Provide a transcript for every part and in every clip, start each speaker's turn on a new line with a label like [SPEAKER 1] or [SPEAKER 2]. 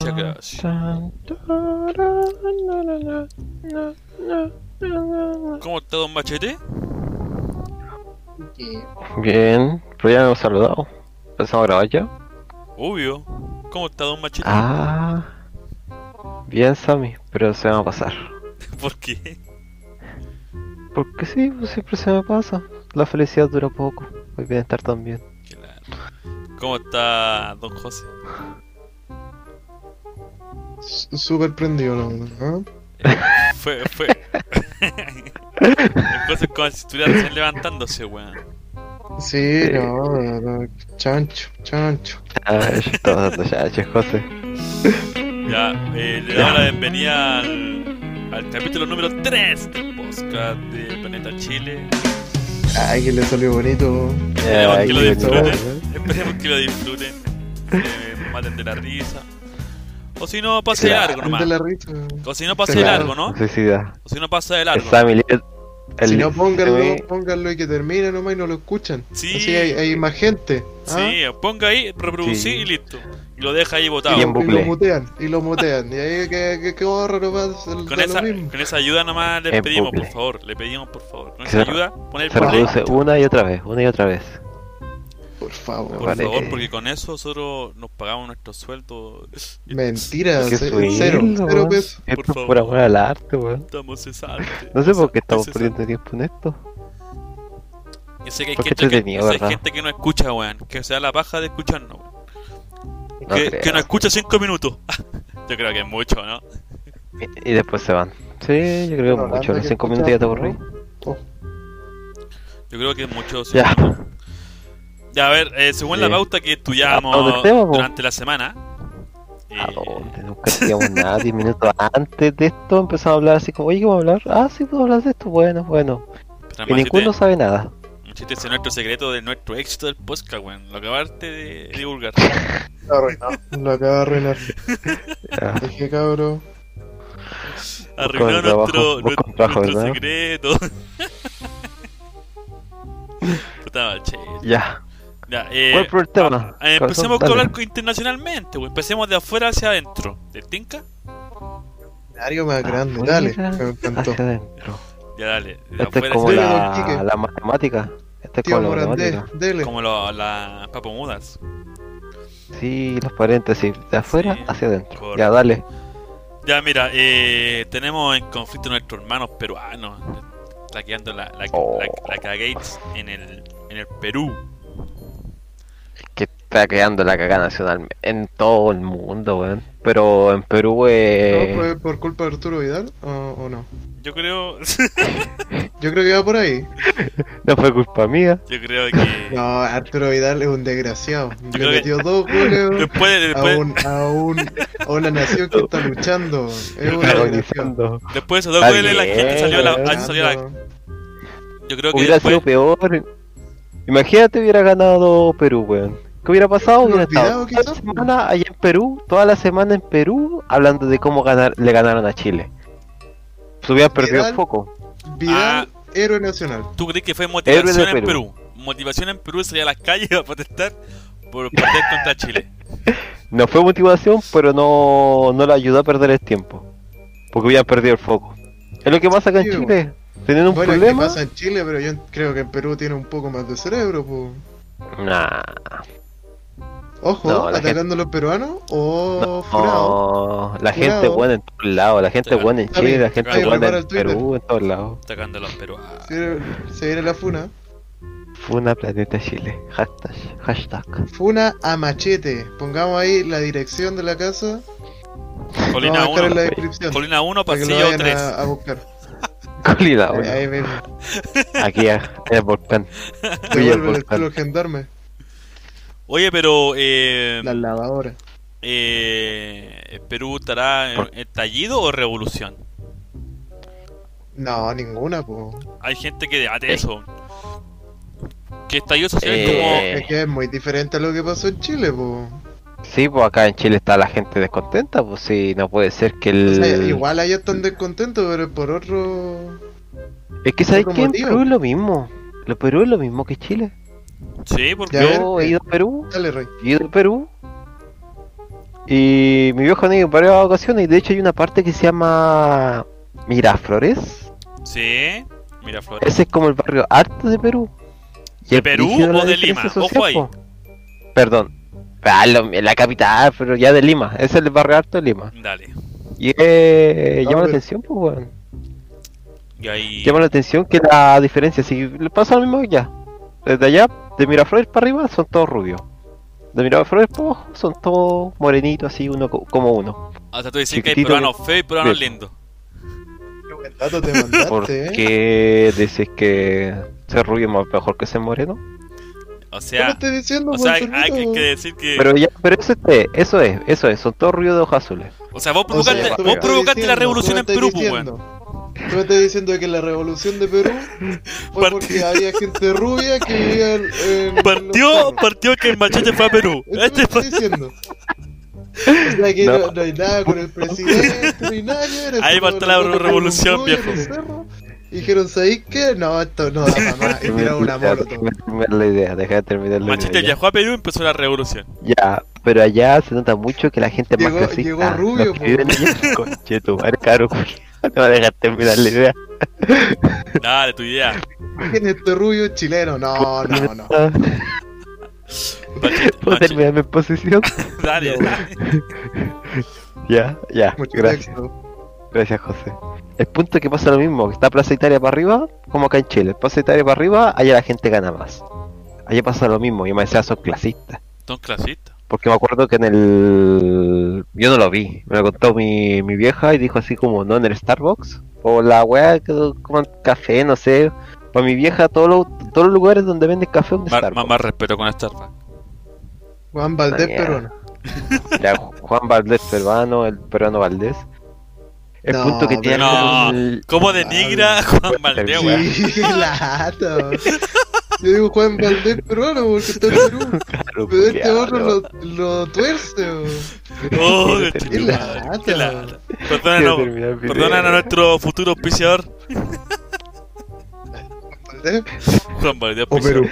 [SPEAKER 1] se
[SPEAKER 2] Ah,
[SPEAKER 1] queda así. ¿Cómo está Don Machete?
[SPEAKER 3] Que
[SPEAKER 2] Bien, pero ya me hemos saludado. ¿Empezamos a grabar ya?
[SPEAKER 1] Obvio. ¿Cómo está Don Machete?
[SPEAKER 2] Ah. Bien, Sammy, pero se me va a pasar.
[SPEAKER 1] ¿Por qué?
[SPEAKER 2] Porque sí, pues siempre se me pasa. La felicidad dura poco, el bienestar también.
[SPEAKER 1] Claro. ¿Cómo está Don José?
[SPEAKER 4] S- Súper prendido, la verdad.
[SPEAKER 1] Fue, fue. Don José es como si estuviera recién levantándose, weón.
[SPEAKER 4] Sí,
[SPEAKER 2] Sí.
[SPEAKER 4] no, no, no, chancho, chancho.
[SPEAKER 2] A ver, yo estaba dando Ah, ya, che, José.
[SPEAKER 1] Ya, eh, le damos la bienvenida al, al capítulo número 3 del podcast de Planeta Chile.
[SPEAKER 4] Ay, que le salió bonito.
[SPEAKER 1] Ya,
[SPEAKER 2] Ay,
[SPEAKER 1] que Eh, lo
[SPEAKER 2] qué
[SPEAKER 1] disfruten.
[SPEAKER 2] bueno.
[SPEAKER 1] Esperemos que lo disfruten, eh, maten de la risa. O si no, pase de
[SPEAKER 2] Claro.
[SPEAKER 1] largo nomás.
[SPEAKER 4] Ande la risa.
[SPEAKER 1] O si no, pase de
[SPEAKER 2] Claro.
[SPEAKER 1] largo, ¿no?
[SPEAKER 2] Suicida.
[SPEAKER 1] O si no, pasa de
[SPEAKER 2] El
[SPEAKER 1] largo.
[SPEAKER 2] Sammy Lee- el E.
[SPEAKER 4] si no,
[SPEAKER 2] Lee-
[SPEAKER 4] pónganlo, pónganlo y que termine nomás y no lo escuchan.
[SPEAKER 1] Sí.
[SPEAKER 4] Así hay, hay más gente. ¿ah?
[SPEAKER 1] Sí, ponga ahí, reproducir
[SPEAKER 2] Sí.
[SPEAKER 1] y listo. Y lo deja ahí
[SPEAKER 4] Y,
[SPEAKER 1] botado.
[SPEAKER 2] Y en
[SPEAKER 4] lo, y
[SPEAKER 2] bucle.
[SPEAKER 4] lo mutean, y lo mutean. Y ahí que, que, que borra nomás el-
[SPEAKER 1] Con
[SPEAKER 4] da
[SPEAKER 1] esa,
[SPEAKER 4] lo mismo.
[SPEAKER 1] con esa ayuda nomás le
[SPEAKER 2] En
[SPEAKER 1] pedimos, por
[SPEAKER 2] bucle.
[SPEAKER 1] favor. Le pedimos, por favor. Con
[SPEAKER 2] Que
[SPEAKER 1] esa
[SPEAKER 2] se-
[SPEAKER 1] ayuda, poner
[SPEAKER 2] Se uh,
[SPEAKER 1] por ahí.
[SPEAKER 2] reproduce una y otra vez, una y otra vez.
[SPEAKER 4] Por favor.
[SPEAKER 1] Por
[SPEAKER 2] Vale.
[SPEAKER 1] favor, porque con eso nosotros nos pagamos nuestro sueldo.
[SPEAKER 4] Mentira,
[SPEAKER 2] Qué
[SPEAKER 4] ce-
[SPEAKER 2] sueldo,
[SPEAKER 4] cero, cero
[SPEAKER 2] weón.
[SPEAKER 4] pesos.
[SPEAKER 1] Por
[SPEAKER 2] Esto es
[SPEAKER 1] favor.
[SPEAKER 2] por amor al arte, weón.
[SPEAKER 1] Estamos cesantes.
[SPEAKER 2] No sé por qué estamos
[SPEAKER 1] Cesantes.
[SPEAKER 2] perdiendo tiempo en esto.
[SPEAKER 1] Yo sé que hay
[SPEAKER 2] Porque
[SPEAKER 1] gente que,
[SPEAKER 2] entretenido,
[SPEAKER 1] yo sé que hay
[SPEAKER 2] ¿verdad?
[SPEAKER 1] gente que no escucha, weón. Que se da la paja de escucharnos, weón.
[SPEAKER 2] No
[SPEAKER 1] que,
[SPEAKER 2] creo.
[SPEAKER 1] que no escucha cinco minutos. yo creo que es mucho, ¿no?
[SPEAKER 2] Y, y después se van. Sí, yo creo que
[SPEAKER 4] Pero
[SPEAKER 2] mucho.
[SPEAKER 4] hablando
[SPEAKER 2] Los
[SPEAKER 4] que
[SPEAKER 2] 5 minutos ya te
[SPEAKER 4] escuchamos,
[SPEAKER 2] aburrí.
[SPEAKER 1] Yo creo que es mucho. sí.
[SPEAKER 2] Ya.
[SPEAKER 1] Ya, a ver, eh, según
[SPEAKER 2] Sí.
[SPEAKER 1] la pauta que
[SPEAKER 2] ¿A dónde
[SPEAKER 1] estudiábamos
[SPEAKER 2] estemos, po? Ah,
[SPEAKER 1] durante la semana. eh,
[SPEAKER 2] ¿A dónde? Nunca hacíamos nada. 10 minutos antes de esto empezamos a hablar así como, oye, ¿qué vamos a hablar? Ah, sí, puedo hablar de esto. Bueno, bueno.
[SPEAKER 1] pero
[SPEAKER 2] Y
[SPEAKER 1] Machete-
[SPEAKER 2] ninguno sabe nada.
[SPEAKER 1] Machete, ese es este nuestro secreto de nuestro éxito del podcast, weón. Lo acabaste de divulgar.
[SPEAKER 4] Lo acaba de arruinar.
[SPEAKER 2] Ya.
[SPEAKER 4] Dije, cabrón.
[SPEAKER 1] Arruinó
[SPEAKER 2] el trabajo,
[SPEAKER 1] nuestro,
[SPEAKER 2] vos
[SPEAKER 1] nuestro,
[SPEAKER 2] con trabajo,
[SPEAKER 1] nuestro
[SPEAKER 2] ¿verdad?
[SPEAKER 1] secreto. Puta Machete.
[SPEAKER 2] Ya.
[SPEAKER 1] Ya, eh,
[SPEAKER 2] ¿Cuál fue el tema?
[SPEAKER 1] eh, empecemos con
[SPEAKER 2] Corazón, dale.
[SPEAKER 1] hablar internacionalmente, weón. Empecemos de afuera hacia adentro. ¿Te tinca?
[SPEAKER 4] Escenario
[SPEAKER 2] Ah,
[SPEAKER 4] más grande,
[SPEAKER 2] Afuera,
[SPEAKER 4] dale. Me encantó.
[SPEAKER 2] Hacia adentro.
[SPEAKER 1] Ya, dale. De
[SPEAKER 2] Esta Este
[SPEAKER 1] afuera
[SPEAKER 2] es como
[SPEAKER 4] sí.
[SPEAKER 1] hacia-
[SPEAKER 4] Dile, don
[SPEAKER 2] la,
[SPEAKER 4] Quique.
[SPEAKER 2] la matemática. Esta es
[SPEAKER 4] Tío
[SPEAKER 2] como la
[SPEAKER 4] Morandé,
[SPEAKER 2] matemática.
[SPEAKER 4] dele.
[SPEAKER 1] como lo- las papomudas.
[SPEAKER 2] Sí, los paréntesis. De afuera
[SPEAKER 1] Sí,
[SPEAKER 2] hacia adentro.
[SPEAKER 1] correcto.
[SPEAKER 2] Ya, dale.
[SPEAKER 1] Ya, mira, eh, tenemos en conflicto nuestros hermanos peruanos. Laqueando la, la,
[SPEAKER 2] Oh.
[SPEAKER 1] la, la cagates en el, en el Perú.
[SPEAKER 2] que está creando la cagada nacional en todo el mundo, weón. Pero en Perú, eh,
[SPEAKER 4] ¿No pues, fue por culpa de Arturo Vidal o, o no?
[SPEAKER 1] Yo creo,
[SPEAKER 4] Yo creo que va por ahí.
[SPEAKER 2] no fue culpa mía.
[SPEAKER 1] yo creo que.
[SPEAKER 4] No, Arturo Vidal es un desgraciado. Le
[SPEAKER 1] creo que-
[SPEAKER 4] metió dos goles
[SPEAKER 1] Después, de-
[SPEAKER 4] a,
[SPEAKER 1] después,
[SPEAKER 4] un, a, un, a una nación que está luchando. Es un
[SPEAKER 1] creo que
[SPEAKER 4] desgraciado.
[SPEAKER 1] después de esos dos
[SPEAKER 2] Está
[SPEAKER 1] goles, la
[SPEAKER 2] bien,
[SPEAKER 1] gente salió a la.
[SPEAKER 2] weón.
[SPEAKER 1] ah, salió a la- yo creo que
[SPEAKER 2] Hubiera sido
[SPEAKER 1] después.
[SPEAKER 2] peor. Imagínate, hubiera ganado Perú, weón. ¿Qué hubiera pasado?
[SPEAKER 4] Lo
[SPEAKER 2] Hubiera estado
[SPEAKER 4] olvidado,
[SPEAKER 2] toda la
[SPEAKER 4] quizás,
[SPEAKER 2] semana allá en Perú, toda la semana en Perú, hablando de cómo ganar, le ganaron a Chile. Se hubieran perdido
[SPEAKER 4] Vidal.
[SPEAKER 2] el foco.
[SPEAKER 1] Ah.
[SPEAKER 4] Vidal, héroe nacional.
[SPEAKER 1] ¿Tú crees que fue
[SPEAKER 2] Héroe
[SPEAKER 1] motivación
[SPEAKER 2] de
[SPEAKER 1] en Perú?
[SPEAKER 2] Perú.
[SPEAKER 1] Motivación en Perú sería a las calles a protestar por perder contra Chile.
[SPEAKER 2] No fue motivación, pero no, no le ayudó a perder el tiempo. Porque hubieran perdido el foco. Es lo que pasa acá en
[SPEAKER 4] Sí, weón.
[SPEAKER 2] Chile. Teniendo un
[SPEAKER 4] bueno, es que
[SPEAKER 2] problema.
[SPEAKER 4] pasa en Chile, pero yo creo que en Perú tiene un poco más de cerebro. po.
[SPEAKER 2] Nah.
[SPEAKER 4] Ojo,
[SPEAKER 2] No, la
[SPEAKER 4] atacando a los peruanos o furado.
[SPEAKER 2] No, Oh, la
[SPEAKER 4] Jurado.
[SPEAKER 2] gente buena en todos lados, la gente
[SPEAKER 1] Claro.
[SPEAKER 2] buena en
[SPEAKER 4] Está
[SPEAKER 2] Chile,
[SPEAKER 4] bien,
[SPEAKER 2] la gente
[SPEAKER 1] claro.
[SPEAKER 2] buena
[SPEAKER 4] Prepara el
[SPEAKER 2] en
[SPEAKER 4] Twitter.
[SPEAKER 2] Perú, en todos lados.
[SPEAKER 1] Atacando a los peruanos.
[SPEAKER 4] Se viene- Se viene la funa.
[SPEAKER 2] Funa Planeta Chile, hashtag, hashtag.
[SPEAKER 4] Funa a machete. Pongamos ahí la dirección de la casa. Vamos a
[SPEAKER 1] Colina
[SPEAKER 4] dejar en
[SPEAKER 1] 1,
[SPEAKER 4] la
[SPEAKER 2] güey.
[SPEAKER 4] descripción.
[SPEAKER 1] Colina 1,
[SPEAKER 4] Para que lo
[SPEAKER 1] pasillo
[SPEAKER 4] vayan
[SPEAKER 1] 3.
[SPEAKER 4] a, a buscar.
[SPEAKER 2] Colida,
[SPEAKER 4] Ahí-
[SPEAKER 2] Ah, bueno,
[SPEAKER 4] ahí mismo.
[SPEAKER 2] aquí a- en el volcán. Oye, el
[SPEAKER 4] Devuelve el
[SPEAKER 2] volcán.
[SPEAKER 4] estilo gendarme.
[SPEAKER 1] Oye, pero. Eh,
[SPEAKER 4] La lavadora.
[SPEAKER 1] eh, ¿Perú estará en, en tallido o revolución?
[SPEAKER 4] No, ninguna, po.
[SPEAKER 1] Hay gente que debate eso. Que estallido social es
[SPEAKER 2] Eh.
[SPEAKER 4] Es que es muy diferente a lo que pasó en Chile, po.
[SPEAKER 2] Sí, pues acá en Chile está la gente descontenta, pues sí, no puede ser que
[SPEAKER 4] O
[SPEAKER 2] el...
[SPEAKER 4] sea, igual allá están descontentos, pero es por otro.
[SPEAKER 2] es que ¿sabes
[SPEAKER 4] otro
[SPEAKER 2] qué? En
[SPEAKER 4] motivo.
[SPEAKER 2] Perú es lo mismo. Lo Perú es lo mismo que Chile.
[SPEAKER 1] como. Sí, porque.
[SPEAKER 4] Ya. ver,
[SPEAKER 2] Yo he
[SPEAKER 4] eh.
[SPEAKER 2] ido a Perú,
[SPEAKER 4] Dale, Rey.
[SPEAKER 2] he ido a Perú Y mi viejo han ido en varias ocasiones y de hecho hay una parte que se llama Miraflores.
[SPEAKER 1] Sí, mira, Flores.
[SPEAKER 2] Ese es como el barrio alto de Perú. Y
[SPEAKER 1] ¿De
[SPEAKER 2] es
[SPEAKER 1] Perú
[SPEAKER 2] brígido
[SPEAKER 1] o
[SPEAKER 2] la
[SPEAKER 1] de
[SPEAKER 2] diferencia
[SPEAKER 1] Lima? Ojo ahí.
[SPEAKER 2] po. Perdón. Ah, lo- la capital, pero ya de Lima. Ese es el barrio alto de Lima.
[SPEAKER 1] Dale.
[SPEAKER 2] Y eh, llama
[SPEAKER 4] Ah,
[SPEAKER 2] la
[SPEAKER 4] pero-
[SPEAKER 2] atención, pues, weón.
[SPEAKER 1] Y ahí.
[SPEAKER 2] Llama la atención que la diferencia, si le pasa lo mismo que allá. Desde allá, de Miraflores para arriba, son todos rubios. De Miraflores para abajo, son todos morenitos, así, uno co- como uno.
[SPEAKER 1] Hasta tú decís que hay
[SPEAKER 2] chiquitito
[SPEAKER 1] peruanos feos y peruanos
[SPEAKER 2] Sí.
[SPEAKER 1] lindos.
[SPEAKER 4] Qué buen dato te mandaste,
[SPEAKER 2] ¿Por
[SPEAKER 4] eh.
[SPEAKER 2] qué decís que ser rubio es más mejor que ser moreno?
[SPEAKER 1] O
[SPEAKER 4] ¿Qué me
[SPEAKER 1] sea,
[SPEAKER 4] estás diciendo,
[SPEAKER 1] o sea hay,
[SPEAKER 4] Gonzalito?
[SPEAKER 1] hay que decir que.
[SPEAKER 2] Pero ya, pero eso es, este, eso es, eso es, son todos rubios de ojos azules.
[SPEAKER 1] o sea, vos
[SPEAKER 4] O sea,
[SPEAKER 1] provocaste,
[SPEAKER 2] ya,
[SPEAKER 4] tú me
[SPEAKER 1] vos
[SPEAKER 4] estás
[SPEAKER 1] provocaste la
[SPEAKER 4] diciendo,
[SPEAKER 1] revolución
[SPEAKER 4] tú
[SPEAKER 1] en
[SPEAKER 4] me
[SPEAKER 1] Perú,
[SPEAKER 4] estás
[SPEAKER 1] pues, weón.
[SPEAKER 4] diciendo- Tú me estás diciendo que la revolución de Perú fue
[SPEAKER 1] Parti-
[SPEAKER 4] porque había gente rubia que vivía en- en. los
[SPEAKER 1] Partió,
[SPEAKER 4] cerros.
[SPEAKER 1] partió que el machete fue a Perú.
[SPEAKER 4] Eso me
[SPEAKER 1] Este
[SPEAKER 4] estás
[SPEAKER 1] fue-
[SPEAKER 4] diciendo. O sea que
[SPEAKER 2] No.
[SPEAKER 4] no. no hay nada con el presidente, no hay nada que ver.
[SPEAKER 1] Ahí
[SPEAKER 4] Esto
[SPEAKER 1] partió
[SPEAKER 4] fue
[SPEAKER 1] la
[SPEAKER 4] una cosa que
[SPEAKER 1] revolución,
[SPEAKER 4] ocurrió en
[SPEAKER 1] viejo.
[SPEAKER 4] el cerro. Dijeron, ¿sabéis qué? No, esto no da para más. Y tiraron una
[SPEAKER 2] Ya,
[SPEAKER 4] molotov.
[SPEAKER 2] déjame terminar la idea, déjame terminar la
[SPEAKER 1] Machete
[SPEAKER 2] idea.
[SPEAKER 1] viajó a Perú y empezó la revolución.
[SPEAKER 2] Ya, Ya, pero allá se nota mucho que la gente es
[SPEAKER 4] Llegó-
[SPEAKER 2] más clasista.
[SPEAKER 4] llegó rubio,
[SPEAKER 2] Los que
[SPEAKER 4] po.
[SPEAKER 2] viven allá- Conche tu madre, cabrón, culiao. No me dejas terminar la idea.
[SPEAKER 1] Dale, tu idea.
[SPEAKER 4] ¿Quién es este rubio chileno? No, no, no.
[SPEAKER 1] Machete,
[SPEAKER 2] ¿Puedo
[SPEAKER 1] machete.
[SPEAKER 2] terminar mi exposición?
[SPEAKER 1] Dale, dale.
[SPEAKER 2] Ya, ya.
[SPEAKER 4] Mucho
[SPEAKER 2] Gracias,
[SPEAKER 4] texto.
[SPEAKER 2] gracias, José. El punto es que pasa lo mismo, que está Plaza Italia para arriba, como acá en Chile. Plaza Italia para arriba, allá la gente gana más. Allá pasa lo mismo, y me decía, son clasistas.
[SPEAKER 1] Son clasistas.
[SPEAKER 2] Porque me acuerdo que en el. Yo no lo vi. Me lo contó mi, mi vieja y dijo así como, no, en el Starbucks. O la weá que coman café, no sé. Para mi vieja, todos los, todos los lugares donde venden café es un
[SPEAKER 1] Más, más,
[SPEAKER 2] Starbucks.
[SPEAKER 1] más respeto con Starbucks.
[SPEAKER 4] Juan Valdés
[SPEAKER 2] Mañana.
[SPEAKER 4] Perón.
[SPEAKER 2] Ya, Juan Valdés peruano, el peruano Valdés. El
[SPEAKER 4] No,
[SPEAKER 2] punto que
[SPEAKER 4] pero-
[SPEAKER 2] tiene.
[SPEAKER 1] No.
[SPEAKER 2] el-
[SPEAKER 1] ¿Cómo denigra a Juan Valdeo, weón?
[SPEAKER 4] Sí, lato. Yo digo Juan Valdés Peruano porque está en Perú.
[SPEAKER 2] Claro,
[SPEAKER 4] Pero este
[SPEAKER 2] culiao,
[SPEAKER 4] otro lo, lo tuerce. weón.
[SPEAKER 1] Oh,
[SPEAKER 2] Quiero
[SPEAKER 1] qué
[SPEAKER 4] terminar.
[SPEAKER 1] lata, qué lata.
[SPEAKER 2] Quiero
[SPEAKER 1] Perdónanos,
[SPEAKER 2] terminar el video.
[SPEAKER 1] perdonan a nuestro futuro auspiciador,
[SPEAKER 4] Valdés
[SPEAKER 1] Juan Valdez.
[SPEAKER 4] O Perú.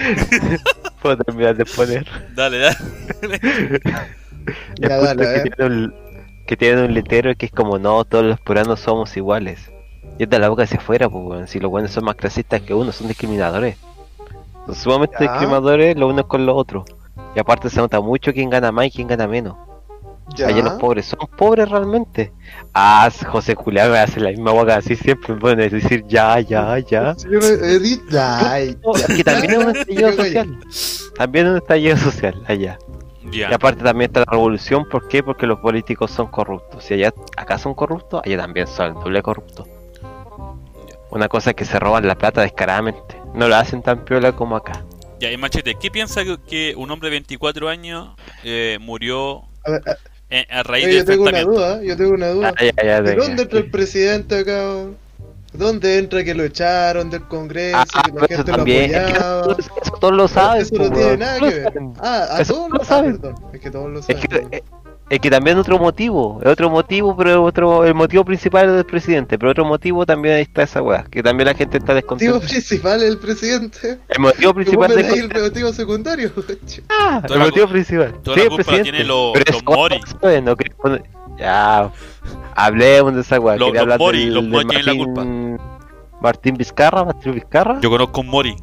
[SPEAKER 2] Puedo terminar de poner.
[SPEAKER 1] Dale, dale.
[SPEAKER 4] Ya,
[SPEAKER 2] el punto
[SPEAKER 4] dale,
[SPEAKER 2] es
[SPEAKER 4] a
[SPEAKER 2] que,
[SPEAKER 4] ver.
[SPEAKER 2] tiene un, que tiene un letrero que es como no, todos los peruanos somos iguales. Y es de la boca hacia afuera, pues, weón. Si los buenos son más clasistas que uno, son discriminadores. Son sumamente
[SPEAKER 4] Ya.
[SPEAKER 2] discriminadores los unos con los otros. Y aparte se nota mucho quién gana más y quién gana menos.
[SPEAKER 4] Ya.
[SPEAKER 2] Allá los pobres son pobres realmente. Ah, José Julián me hace la misma boca así siempre. Bueno, es decir, ya, ya, ya.
[SPEAKER 4] Sí, yo no- Edith, ay,
[SPEAKER 2] No, es que también es un estallido social. También es un estallido social allá. Y
[SPEAKER 1] Ya.
[SPEAKER 2] aparte también está la revolución, ¿por qué? Porque los políticos son corruptos. Si allá acá son corruptos, allá también son el doble corruptos. Una cosa es que se roban la plata descaradamente. No la hacen tan piola como acá.
[SPEAKER 1] Ya, y Machete, ¿qué piensa que- que un hombre de 24 años eh, murió
[SPEAKER 4] A ver, a-
[SPEAKER 1] en- a raíz
[SPEAKER 4] oye,
[SPEAKER 1] de
[SPEAKER 4] yo tengo una
[SPEAKER 1] enfrentamiento?
[SPEAKER 4] duda, yo tengo una duda.
[SPEAKER 2] Ah, ya, ya,
[SPEAKER 4] ¿De
[SPEAKER 2] ya.
[SPEAKER 4] dónde entra el presidente acá? weón? ¿Dónde entra que lo echaron del Congreso?
[SPEAKER 2] Ah,
[SPEAKER 4] que
[SPEAKER 2] pero
[SPEAKER 4] la
[SPEAKER 2] eso
[SPEAKER 4] gente lo
[SPEAKER 2] también. Eso,
[SPEAKER 4] apoyaba.
[SPEAKER 2] eso todos lo saben.
[SPEAKER 4] Eso no
[SPEAKER 2] pues,
[SPEAKER 4] tiene
[SPEAKER 2] weón.
[SPEAKER 4] nada
[SPEAKER 2] Todos
[SPEAKER 4] que
[SPEAKER 2] lo
[SPEAKER 4] ver.
[SPEAKER 2] saben.
[SPEAKER 4] Ah, a
[SPEAKER 2] Eso
[SPEAKER 4] todos
[SPEAKER 2] lo
[SPEAKER 4] lo
[SPEAKER 2] saben.
[SPEAKER 4] saben. Es que todos lo
[SPEAKER 2] Es
[SPEAKER 4] saben.
[SPEAKER 2] que, es- es que también otro motivo, es otro motivo, pero otro, el motivo principal es del presidente, pero otro motivo también ahí está esa weá, que también la gente está
[SPEAKER 4] El motivo
[SPEAKER 2] descontenta.
[SPEAKER 4] principal es el presidente.
[SPEAKER 2] El motivo
[SPEAKER 4] Y vos
[SPEAKER 2] principal
[SPEAKER 4] me
[SPEAKER 2] es
[SPEAKER 4] dais el motivo secundario.
[SPEAKER 2] Ah,
[SPEAKER 1] Toda
[SPEAKER 2] el
[SPEAKER 1] la
[SPEAKER 2] motivo principal.
[SPEAKER 1] toda
[SPEAKER 2] sí,
[SPEAKER 1] la culpa
[SPEAKER 2] el
[SPEAKER 1] la
[SPEAKER 2] presidente.
[SPEAKER 1] tiene lo-
[SPEAKER 2] Pero
[SPEAKER 1] los
[SPEAKER 2] esa weá
[SPEAKER 1] Mori.
[SPEAKER 2] no saben, no quería poner- Ya, hablemos de esa weá.
[SPEAKER 1] Lo-
[SPEAKER 2] quería
[SPEAKER 1] los
[SPEAKER 2] hablar
[SPEAKER 1] Mori,
[SPEAKER 2] del-
[SPEAKER 1] los Mori
[SPEAKER 2] del
[SPEAKER 1] tienen la
[SPEAKER 2] Martín- Martín Vizcarra, Martín Vizcarra.
[SPEAKER 1] Yo conozco un Mori.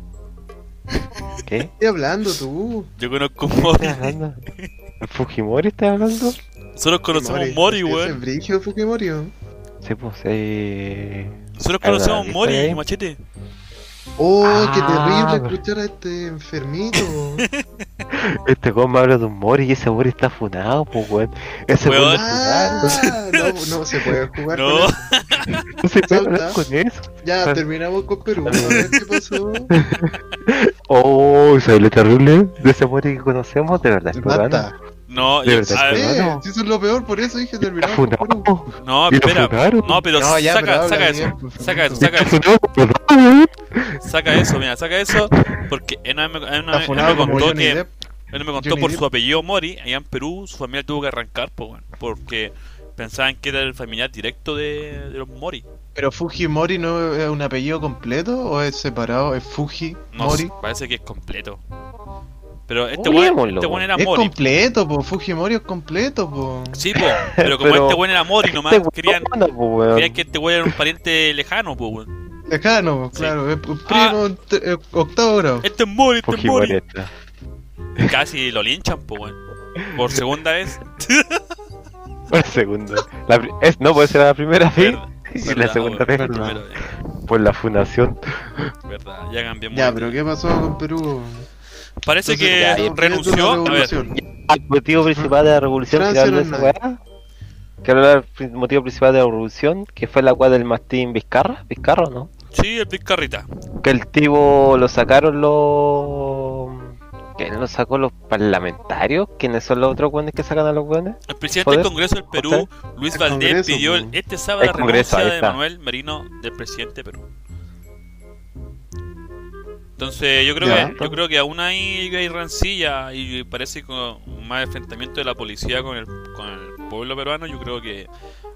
[SPEAKER 2] ¿Qué?
[SPEAKER 4] Estoy hablando tú.
[SPEAKER 1] Yo conozco un Mori.
[SPEAKER 2] ¿Estás hablando? ¿El ¿Fujimori está hablando?
[SPEAKER 1] Nosotros conocemos un Mori,
[SPEAKER 4] Es el
[SPEAKER 1] weón.
[SPEAKER 4] brígido Fujimori. weón.
[SPEAKER 2] Sí, pues, eh...
[SPEAKER 1] Nosotros
[SPEAKER 2] Ahí va,
[SPEAKER 1] conocemos un
[SPEAKER 2] ¿viste
[SPEAKER 1] Mori,
[SPEAKER 2] ahí?
[SPEAKER 1] Machete.
[SPEAKER 4] Oh,
[SPEAKER 2] Ah,
[SPEAKER 4] qué
[SPEAKER 2] pero-
[SPEAKER 4] terrible escuchar a este enfermito.
[SPEAKER 2] Este weón me habla de un Mori y ese Mori está funado, pues, weón. Ese weón
[SPEAKER 1] Weón.
[SPEAKER 2] es funado.
[SPEAKER 4] ah, no, no se puede jugar con
[SPEAKER 1] No,
[SPEAKER 4] eso.
[SPEAKER 2] No se puede hablar
[SPEAKER 4] Salta.
[SPEAKER 2] con eso.
[SPEAKER 4] Ya, terminamos con Perú. A ver qué pasó.
[SPEAKER 2] Oh, ¿sabes lo terrible? De ese Mori que conocemos, de verdad. es peruano.
[SPEAKER 4] Mata.
[SPEAKER 1] no,
[SPEAKER 2] De
[SPEAKER 1] yo-
[SPEAKER 2] verdad,
[SPEAKER 1] a ver,
[SPEAKER 2] ¿verdad?
[SPEAKER 4] Eh,
[SPEAKER 2] Hermano.
[SPEAKER 4] si eso es lo peor, por eso dije
[SPEAKER 2] Está
[SPEAKER 4] terminamos con Perú.
[SPEAKER 2] funado.
[SPEAKER 1] no,
[SPEAKER 2] Y lo
[SPEAKER 1] espera.
[SPEAKER 2] funaron.
[SPEAKER 1] No, pero
[SPEAKER 4] No, ya, pero
[SPEAKER 1] saca,
[SPEAKER 4] habla
[SPEAKER 1] saca eso.
[SPEAKER 4] bien, por favor.
[SPEAKER 1] Saca eso, saca eso.
[SPEAKER 2] Funado, funado, weón.
[SPEAKER 1] Saca eso, mira, saca eso. Porque él una vez me, él una
[SPEAKER 4] Está
[SPEAKER 1] vez- él
[SPEAKER 4] funado
[SPEAKER 1] me
[SPEAKER 4] como
[SPEAKER 1] contó
[SPEAKER 4] Johnny
[SPEAKER 1] que.
[SPEAKER 4] Depp.
[SPEAKER 1] Él me contó
[SPEAKER 4] Johnny
[SPEAKER 1] por
[SPEAKER 4] Depp.
[SPEAKER 1] su apellido Mori, allá en Perú su familia tuvo que arrancar, po, weón, porque pensaban que era el familiar directo de, de los Mori.
[SPEAKER 4] Pero Fujimori no es un apellido completo o es separado, es Fuji
[SPEAKER 1] No,
[SPEAKER 4] Mori.
[SPEAKER 1] parece que es completo. Pero este weón
[SPEAKER 2] Googleémoslo,
[SPEAKER 1] este
[SPEAKER 2] weón.
[SPEAKER 1] weón era
[SPEAKER 4] Es
[SPEAKER 1] Mori.
[SPEAKER 4] completo, po. Fujimori es completo, po.
[SPEAKER 1] Sí, po. Pero como
[SPEAKER 2] Pero-
[SPEAKER 1] este weón era Mori nomás,
[SPEAKER 2] Este
[SPEAKER 1] querían,
[SPEAKER 2] weón, po, weón.
[SPEAKER 1] querían que este weón era un pariente lejano, po, weón.
[SPEAKER 4] Lejano, po,
[SPEAKER 1] Sí.
[SPEAKER 4] claro. Es un
[SPEAKER 1] Ah.
[SPEAKER 4] primo en te- eh, octavo grado.
[SPEAKER 1] Este es Mori, este es Mori.
[SPEAKER 2] Fujimoreta.
[SPEAKER 1] Casi lo linchan, po, weón. Por segunda vez.
[SPEAKER 2] Por segundo. La pri- es, no, puede ser la primera vez.
[SPEAKER 1] Verdad,
[SPEAKER 2] Y la
[SPEAKER 1] verdad,
[SPEAKER 2] segunda
[SPEAKER 1] weón,
[SPEAKER 2] vez
[SPEAKER 1] la
[SPEAKER 4] verdad.
[SPEAKER 1] primera vez,
[SPEAKER 2] por la fundación.
[SPEAKER 1] Verdad, ya cambió
[SPEAKER 4] Ya,
[SPEAKER 1] mucho.
[SPEAKER 4] pero ¿qué pasó con Perú?
[SPEAKER 1] Parece
[SPEAKER 4] Entonces,
[SPEAKER 1] que
[SPEAKER 2] ya, ya
[SPEAKER 1] renunció. A ver,
[SPEAKER 2] Ah, El motivo principal de la revolución,
[SPEAKER 4] Francia
[SPEAKER 2] que habla de
[SPEAKER 4] no
[SPEAKER 2] esa
[SPEAKER 4] es
[SPEAKER 2] weá. Que habla del pri- motivo principal de la revolución, que fue la weá del Martín Vizcarra. Vizcarra, ¿no?
[SPEAKER 1] sí, el Vizcarrita.
[SPEAKER 2] Que el tipo lo sacaron los. Que lo sacó los parlamentarios. ¿Quiénes son los otros weones que sacan a los weones?
[SPEAKER 1] El presidente
[SPEAKER 2] Joder.
[SPEAKER 1] del Congreso del Perú, Luis
[SPEAKER 4] El
[SPEAKER 1] Valdés,
[SPEAKER 4] Congreso,
[SPEAKER 1] pidió el-
[SPEAKER 4] pues.
[SPEAKER 1] este sábado
[SPEAKER 2] El
[SPEAKER 1] la renuncia
[SPEAKER 2] Congreso, ahí
[SPEAKER 1] de
[SPEAKER 2] está.
[SPEAKER 1] Manuel Merino del presidente de Perú. Entonces, yo creo,
[SPEAKER 4] Ya.
[SPEAKER 1] que, yo creo que aún hay, hay rancilla y parece que con más enfrentamiento de la policía con el, con el pueblo peruano, yo creo que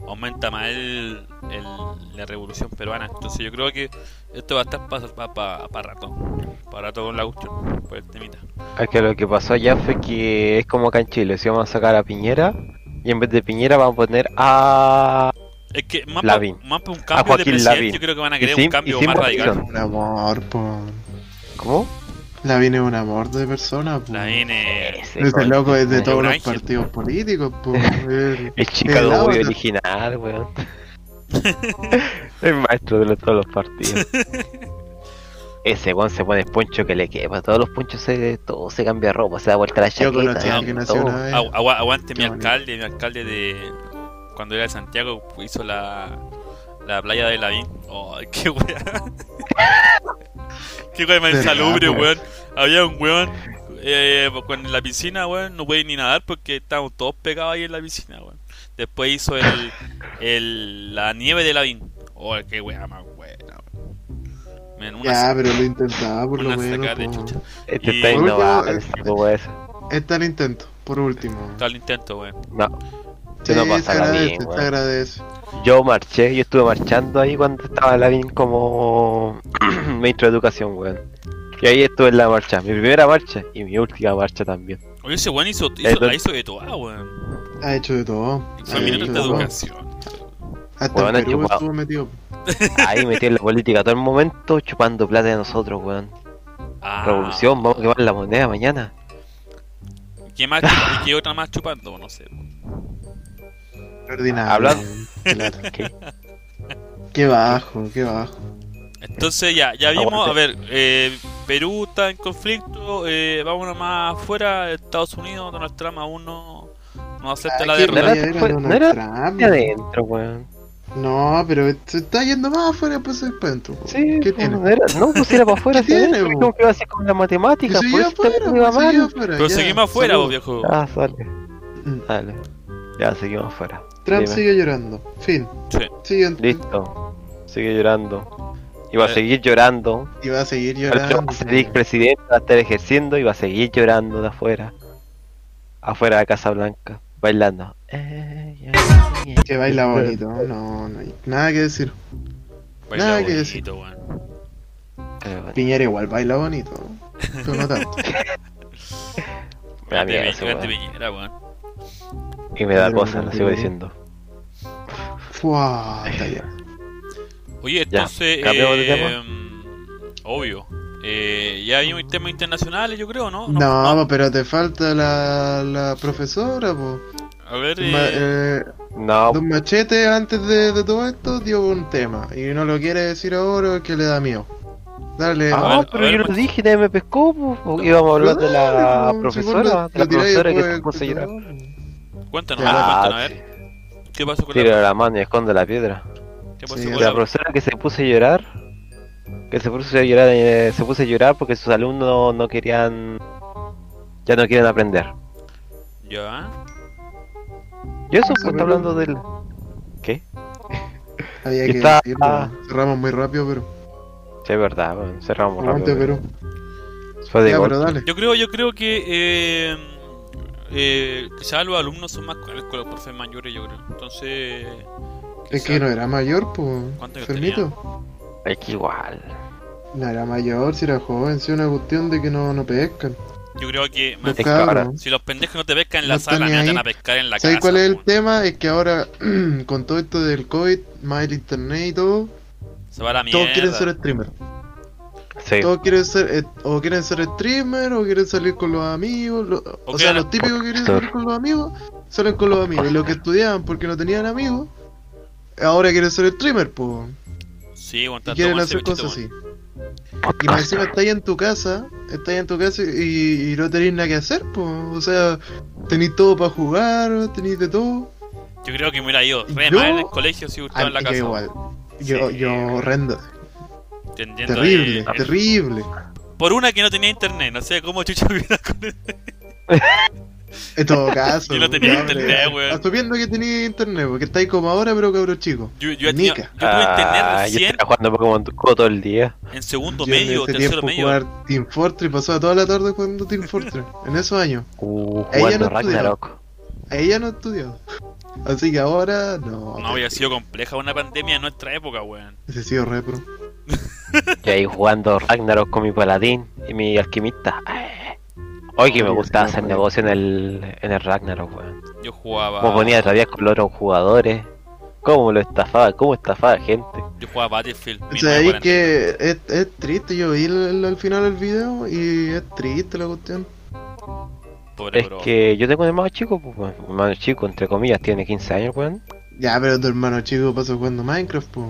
[SPEAKER 1] aumenta más el- el- la revolución peruana. Entonces, yo creo que esto va a estar para rato. Para rato con la cuestión, por el temita.
[SPEAKER 2] Es que lo que pasó allá fue que es como acá en Chile, si vamos a sacar a Piñera y en vez de Piñera vamos a poner a...
[SPEAKER 1] Es que más pa-
[SPEAKER 2] Lavín.
[SPEAKER 1] más pa un cambio de
[SPEAKER 2] Joaquín
[SPEAKER 1] presidente,
[SPEAKER 2] Lavín.
[SPEAKER 1] yo creo que van a
[SPEAKER 2] Y
[SPEAKER 1] querer
[SPEAKER 2] sin-
[SPEAKER 1] un
[SPEAKER 2] y
[SPEAKER 1] cambio
[SPEAKER 2] sin
[SPEAKER 1] más radical.
[SPEAKER 2] votación.
[SPEAKER 4] Un amor, po.
[SPEAKER 2] ¿Cómo?
[SPEAKER 4] La viene un amor de persona, po.
[SPEAKER 1] La N.
[SPEAKER 2] Ese,
[SPEAKER 4] Ese
[SPEAKER 2] weón.
[SPEAKER 4] loco es de todos
[SPEAKER 1] un
[SPEAKER 4] los
[SPEAKER 1] ángel.
[SPEAKER 4] partidos políticos, po. El-
[SPEAKER 2] Es chica
[SPEAKER 4] El
[SPEAKER 2] de
[SPEAKER 4] agua,
[SPEAKER 2] Uy
[SPEAKER 4] ¿no?
[SPEAKER 2] original, weón. El maestro de los- todos los partidos. Ese weón se pone el poncho que le quepa, todos los ponchos se, todo se cambia ropa, se da vuelta la
[SPEAKER 4] Yo conocí a
[SPEAKER 2] chaqueta.
[SPEAKER 4] alguien nació
[SPEAKER 2] todo.
[SPEAKER 4] una vez.
[SPEAKER 1] Agu- agua- aguante mi
[SPEAKER 4] Qué bonito.
[SPEAKER 1] alcalde, mi alcalde de. Cuando era de Santiago hizo la. La playa de Lavín. Oh, qué wea. qué wea más
[SPEAKER 4] Verdad,
[SPEAKER 1] insalubre,
[SPEAKER 4] pues.
[SPEAKER 1] weón. Había un weón. Eh, cuando en la piscina, weón, no puede ni nadar porque estábamos todos pegados ahí en la piscina, weón. Después hizo el. el la nieve de Lavín. Oh, qué wea más buena, weón. Men, una
[SPEAKER 4] Ya,
[SPEAKER 1] sa-
[SPEAKER 4] pero lo intentaba por lo
[SPEAKER 1] una sacada
[SPEAKER 4] menos.
[SPEAKER 1] de
[SPEAKER 4] po.
[SPEAKER 1] chucha.
[SPEAKER 2] Este
[SPEAKER 1] Y-
[SPEAKER 2] está
[SPEAKER 1] Por
[SPEAKER 4] último,
[SPEAKER 2] innovado,
[SPEAKER 4] eh,
[SPEAKER 2] este weón.
[SPEAKER 4] Está el intento, por último.
[SPEAKER 1] Tal intento, weón.
[SPEAKER 2] No,
[SPEAKER 4] Sí,
[SPEAKER 2] no
[SPEAKER 4] se
[SPEAKER 2] pasa la
[SPEAKER 4] agradece,
[SPEAKER 2] bien,
[SPEAKER 4] se
[SPEAKER 2] weón.
[SPEAKER 4] agradece.
[SPEAKER 2] Yo marché, yo estuve marchando ahí cuando estaba Lavín como ministro de educación, weón. Y ahí estuve en la marcha, mi primera marcha y mi última marcha también.
[SPEAKER 1] Oye, ese weón hizo, hizo,
[SPEAKER 2] Entonces-
[SPEAKER 1] la hizo de toda, weón.
[SPEAKER 4] Ha hecho de todo.
[SPEAKER 1] Fue
[SPEAKER 4] ha
[SPEAKER 2] Sí,
[SPEAKER 1] ministro de
[SPEAKER 4] hecho todo.
[SPEAKER 1] educación.
[SPEAKER 4] Hasta
[SPEAKER 2] Weón,
[SPEAKER 4] en
[SPEAKER 2] ha
[SPEAKER 4] Perú
[SPEAKER 2] chupado.
[SPEAKER 4] estuvo metido.
[SPEAKER 2] Ahí metí en la política todo el momento, chupando plata de nosotros, weón.
[SPEAKER 1] Ah,
[SPEAKER 2] Revolución, vamos a quemar la moneda mañana.
[SPEAKER 1] ¿Qué más chup- y qué otra más chupando? No sé.
[SPEAKER 4] Extraordinario.
[SPEAKER 2] Hablando-
[SPEAKER 4] Claro.
[SPEAKER 2] ¿Qué?
[SPEAKER 4] Qué bajo, qué bajo.
[SPEAKER 1] Entonces ya, ya vimos,
[SPEAKER 2] Aguante.
[SPEAKER 1] a ver, eh, Perú está en conflicto, eh, vámonos más afuera, Estados Unidos, Donald Trump aún no, no acepta la
[SPEAKER 4] Aquí en
[SPEAKER 1] derrota.
[SPEAKER 2] verdad.
[SPEAKER 4] realidad era
[SPEAKER 2] Fue-
[SPEAKER 4] Donald
[SPEAKER 2] no era-
[SPEAKER 4] Trump.
[SPEAKER 2] Y adentro, weón.
[SPEAKER 4] No, pero se está yendo más afuera pues el pento. po.
[SPEAKER 2] Sí,
[SPEAKER 4] ¿Qué
[SPEAKER 2] pues,
[SPEAKER 4] tiene?
[SPEAKER 2] no era- no, pues era para afuera,
[SPEAKER 4] ¿Qué
[SPEAKER 2] sí,
[SPEAKER 4] tiene,
[SPEAKER 2] como que iba a ser con la
[SPEAKER 4] Que
[SPEAKER 2] matemática, por
[SPEAKER 4] seguía
[SPEAKER 2] eso
[SPEAKER 4] afuera,
[SPEAKER 2] te iba
[SPEAKER 4] pues, seguía
[SPEAKER 2] mal.
[SPEAKER 4] afuera.
[SPEAKER 1] Pero
[SPEAKER 4] ya,
[SPEAKER 1] seguimos afuera,
[SPEAKER 4] salud.
[SPEAKER 1] vos, viejo.
[SPEAKER 2] Ah, sale,
[SPEAKER 4] Mm.
[SPEAKER 2] sale. Ya, seguimos afuera.
[SPEAKER 4] Trump
[SPEAKER 2] Dime.
[SPEAKER 4] sigue llorando. Fin.
[SPEAKER 1] Sí.
[SPEAKER 4] Siguiente.
[SPEAKER 2] Listo. Sigue llorando. Y va a
[SPEAKER 1] Eh.
[SPEAKER 2] seguir llorando.
[SPEAKER 4] Y va a seguir
[SPEAKER 2] Alberto
[SPEAKER 4] llorando.
[SPEAKER 2] va a salir presidente, va a estar ejerciendo y va a seguir llorando de afuera. Afuera de Casa Blanca, bailando. Eh,
[SPEAKER 4] Que baila bonito. No, no hay nada que decir.
[SPEAKER 1] Baila
[SPEAKER 4] Nada que
[SPEAKER 1] bonito,
[SPEAKER 4] decir.
[SPEAKER 1] weón.
[SPEAKER 4] Piñera igual baila bonito. Pero no tanto.
[SPEAKER 2] Me da miedo
[SPEAKER 1] Grande
[SPEAKER 2] ese
[SPEAKER 1] Pi- grande
[SPEAKER 2] weón.
[SPEAKER 1] Piñera, weón.
[SPEAKER 2] Y me da cosa, lo sigo diciendo.
[SPEAKER 4] Fuá, está ya.
[SPEAKER 1] Oye,
[SPEAKER 2] Ya,
[SPEAKER 1] entonces,
[SPEAKER 2] cambiamos de
[SPEAKER 1] eh,
[SPEAKER 2] tema.
[SPEAKER 1] mm, obvio, eh, ya hay un tema internacional, yo creo, ¿no?
[SPEAKER 4] No, po, pero te falta la, la profesora, po.
[SPEAKER 1] A ver, eh,
[SPEAKER 4] Ma- eh,
[SPEAKER 2] No,
[SPEAKER 4] Don Machete, antes de, de todo esto, dio un tema. Y no lo quiere decir ahora porque le da miedo. Dale.
[SPEAKER 1] a
[SPEAKER 2] ah,
[SPEAKER 1] ver, a
[SPEAKER 2] pero
[SPEAKER 1] ver,
[SPEAKER 2] yo lo
[SPEAKER 1] pues.
[SPEAKER 2] dije, nadie me pescó. po, po. Íbamos a hablar de la profesora, de la profesora que se puso a llorar.
[SPEAKER 1] cuéntanos,
[SPEAKER 4] Ya.
[SPEAKER 1] cuéntanos, a
[SPEAKER 2] Ah,
[SPEAKER 1] ver, ¿qué pasó con la...
[SPEAKER 2] tira la mano y esconde la piedra.
[SPEAKER 1] ¿Qué pasó
[SPEAKER 4] Sí,
[SPEAKER 1] con
[SPEAKER 2] De la
[SPEAKER 1] la...
[SPEAKER 2] profesora que se puso a llorar, que se puso a llorar, eh, se puso a llorar porque sus alumnos no querían, ya no quieren aprender.
[SPEAKER 1] Ya.
[SPEAKER 2] Yo eso
[SPEAKER 4] Vamos a
[SPEAKER 2] pues, está
[SPEAKER 4] verlo.
[SPEAKER 2] hablando del, ¿qué?
[SPEAKER 4] Había
[SPEAKER 2] Y
[SPEAKER 4] que
[SPEAKER 2] está-
[SPEAKER 4] decirlo. Cerramos muy rápido, pero.
[SPEAKER 2] Sí, es verdad, bueno, cerramos
[SPEAKER 4] Aguante,
[SPEAKER 2] rápido.
[SPEAKER 4] pero.
[SPEAKER 2] Fue de
[SPEAKER 4] Ya,
[SPEAKER 2] gol.
[SPEAKER 4] Ah, pero dale.
[SPEAKER 1] Yo creo, yo creo que eh, eh, quizás los alumnos son más crueles con los profes mayores, yo creo. Entonces,
[SPEAKER 4] Es
[SPEAKER 1] quizá-
[SPEAKER 4] que no era mayor, po.
[SPEAKER 1] ¿Cuánto años
[SPEAKER 4] Enfermito.
[SPEAKER 2] Es que igual.
[SPEAKER 4] No era mayor, si era joven, si una cuestión de que no, no pescan.
[SPEAKER 1] Yo creo que man,
[SPEAKER 2] Te
[SPEAKER 4] cabros.
[SPEAKER 2] cabra.
[SPEAKER 1] si los pendejos no te pescan en la
[SPEAKER 4] No están
[SPEAKER 1] sala,
[SPEAKER 4] ni
[SPEAKER 1] me
[SPEAKER 4] ahí.
[SPEAKER 1] van a pescar en la
[SPEAKER 4] ¿Sabes
[SPEAKER 1] casa.
[SPEAKER 4] cuál es el
[SPEAKER 1] weón.
[SPEAKER 4] tema? Es que ahora, con todo esto del COVID, más el internet y todo,
[SPEAKER 1] Se va a la
[SPEAKER 4] todos quieren
[SPEAKER 1] mierda.
[SPEAKER 4] ser streamer.
[SPEAKER 2] Sí.
[SPEAKER 4] Todos quieren ser, eh, o quieren ser streamer, o quieren salir con los amigos. lo- o
[SPEAKER 1] O
[SPEAKER 4] sea,
[SPEAKER 1] quieren-
[SPEAKER 4] los típicos que quieren salir con los amigos, salen con los amigos. Y los que estudiaban porque no tenían amigos, ahora quieren ser streamer, pues.
[SPEAKER 1] Sí, weón,
[SPEAKER 4] Y
[SPEAKER 1] está
[SPEAKER 4] quieren
[SPEAKER 1] tomando
[SPEAKER 4] hacer
[SPEAKER 1] ese bichito,
[SPEAKER 4] cosas
[SPEAKER 1] weón.
[SPEAKER 4] así. Y más encima estáis en tu casa, estáis en tu casa y, y no tenéis nada que hacer, pues. O sea, tenéis todo para jugar, tenéis de todo.
[SPEAKER 1] Yo creo que me hubiera ido re
[SPEAKER 4] Yo-
[SPEAKER 1] mal en el colegio si
[SPEAKER 4] Ah,
[SPEAKER 1] gustaba en la
[SPEAKER 4] yo
[SPEAKER 1] casa.
[SPEAKER 4] igual. Yo,
[SPEAKER 1] Sí.
[SPEAKER 4] yo horrendo.
[SPEAKER 1] Tendiendo
[SPEAKER 4] Terrible,
[SPEAKER 1] ahí-
[SPEAKER 4] terrible.
[SPEAKER 1] Por una que no tenía internet, no sé cómo chucha hubiera con
[SPEAKER 4] En todo caso.
[SPEAKER 1] Yo no tenía
[SPEAKER 4] ya,
[SPEAKER 1] internet,
[SPEAKER 4] hombre,
[SPEAKER 1] weón.
[SPEAKER 4] Asumiendo que tenía internet, porque estáis como ahora, pero cabros chicos.
[SPEAKER 1] Yo, yo, tenía-
[SPEAKER 4] Nica.
[SPEAKER 1] yo tuve internet
[SPEAKER 2] Ah, yo
[SPEAKER 1] recién
[SPEAKER 2] estaba jugando Pokémon Go todo el día.
[SPEAKER 1] en segundo
[SPEAKER 4] Yo
[SPEAKER 1] medio,
[SPEAKER 4] en ese
[SPEAKER 1] tercero
[SPEAKER 4] tiempo
[SPEAKER 1] medio.
[SPEAKER 4] jugar Team Fortress, pasaba toda la tarde jugando Team Fortress, en esos años.
[SPEAKER 2] Uh,
[SPEAKER 4] Ahí ya
[SPEAKER 2] jugando
[SPEAKER 4] no estudiaba.
[SPEAKER 2] Ragnarok.
[SPEAKER 4] Ahí ya no estudiaba. Así que ahora, no.
[SPEAKER 1] No había sido compleja una pandemia en nuestra época, weón.
[SPEAKER 4] Ese ha sido repro.
[SPEAKER 2] Y ahí jugando Ragnarok con mi paladín y mi alquimista. Hoy que me
[SPEAKER 4] Oye,
[SPEAKER 2] gustaba
[SPEAKER 4] sí,
[SPEAKER 2] hacer
[SPEAKER 4] no,
[SPEAKER 2] negocio en el, en el Ragnarok, weón.
[SPEAKER 1] Yo jugaba.
[SPEAKER 2] Como ponía a rabiar con los otros jugadores. Cómo lo estafaba, cómo estafaba gente.
[SPEAKER 1] Yo jugaba Battlefield.
[SPEAKER 4] O sea, ahí
[SPEAKER 1] 1940.
[SPEAKER 4] que es, es triste, yo vi el- el- al final el video y es triste la cuestión.
[SPEAKER 1] Pobre
[SPEAKER 2] Es
[SPEAKER 1] bro.
[SPEAKER 2] que yo tengo un hermano chico, pues, weón. Un hermano chico, entre comillas, tiene 15 años, weón.
[SPEAKER 4] Ya, pero tu hermano chico pasó jugando Minecraft, pues.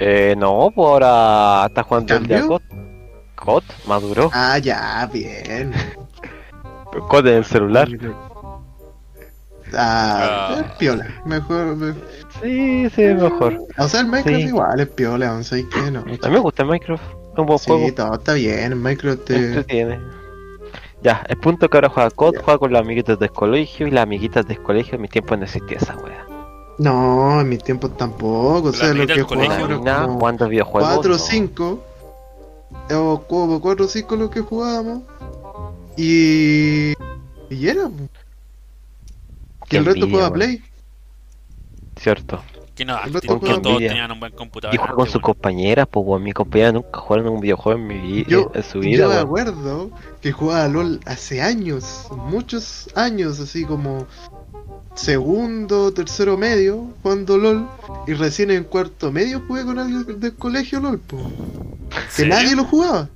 [SPEAKER 2] Eh, no, pues ahora está jugando el día
[SPEAKER 4] ¿Cambió?
[SPEAKER 2] COD. COD, maduró.
[SPEAKER 4] Ah, ya, bien.
[SPEAKER 2] COD en el celular.
[SPEAKER 4] Ah,
[SPEAKER 1] Ah.
[SPEAKER 4] es piola. Mejor. me-
[SPEAKER 2] Sí, sí, mejor.
[SPEAKER 4] O sea, el Minecraft
[SPEAKER 2] Sí.
[SPEAKER 4] igual es piola, no sé qué, no.
[SPEAKER 2] A mí me gusta Minecraft. Es un buen juego. Este-
[SPEAKER 4] Sí, todo está bien, el Minecraft eh, te...
[SPEAKER 2] Entretiene. Ya, el punto es que ahora juega COD, juega con los amiguitos del colegio y las amiguitas del colegio en mi tiempo no existía esa wea.
[SPEAKER 4] No, en mis tiempos tampoco, o sea,
[SPEAKER 1] Pero
[SPEAKER 4] lo
[SPEAKER 1] la
[SPEAKER 4] que
[SPEAKER 1] mitad del
[SPEAKER 4] jugaba
[SPEAKER 1] colegio.
[SPEAKER 4] era
[SPEAKER 2] Nada,
[SPEAKER 4] como
[SPEAKER 2] jugando videojuegos.
[SPEAKER 4] 4 o
[SPEAKER 2] no.
[SPEAKER 4] 5. eh, O como 4 o 5 lo que jugábamos. Y... Y era... po.
[SPEAKER 2] Qué
[SPEAKER 4] Que el resto
[SPEAKER 2] envidia,
[SPEAKER 4] jugaba
[SPEAKER 2] weón.
[SPEAKER 4] Play.
[SPEAKER 2] Cierto.
[SPEAKER 1] Que no,
[SPEAKER 4] El otro
[SPEAKER 1] tipo,
[SPEAKER 4] juego-
[SPEAKER 1] todos
[SPEAKER 2] Envidia.
[SPEAKER 1] tenían un buen computador.
[SPEAKER 2] Y juega con sus
[SPEAKER 1] weón.
[SPEAKER 2] compañeras, pues weón, mis compañeras nunca jugaron un videojuego en mi vida,
[SPEAKER 4] Yo-
[SPEAKER 2] en su vida,
[SPEAKER 4] Yo me
[SPEAKER 2] weón.
[SPEAKER 4] acuerdo que jugaba a LOL hace años, muchos años, así como segundo, tercero medio, jugando LOL. Y recién en cuarto medio jugué con alguien del colegio LOL, po,
[SPEAKER 1] ¿En
[SPEAKER 4] que
[SPEAKER 1] serio?
[SPEAKER 4] nadie lo jugaba.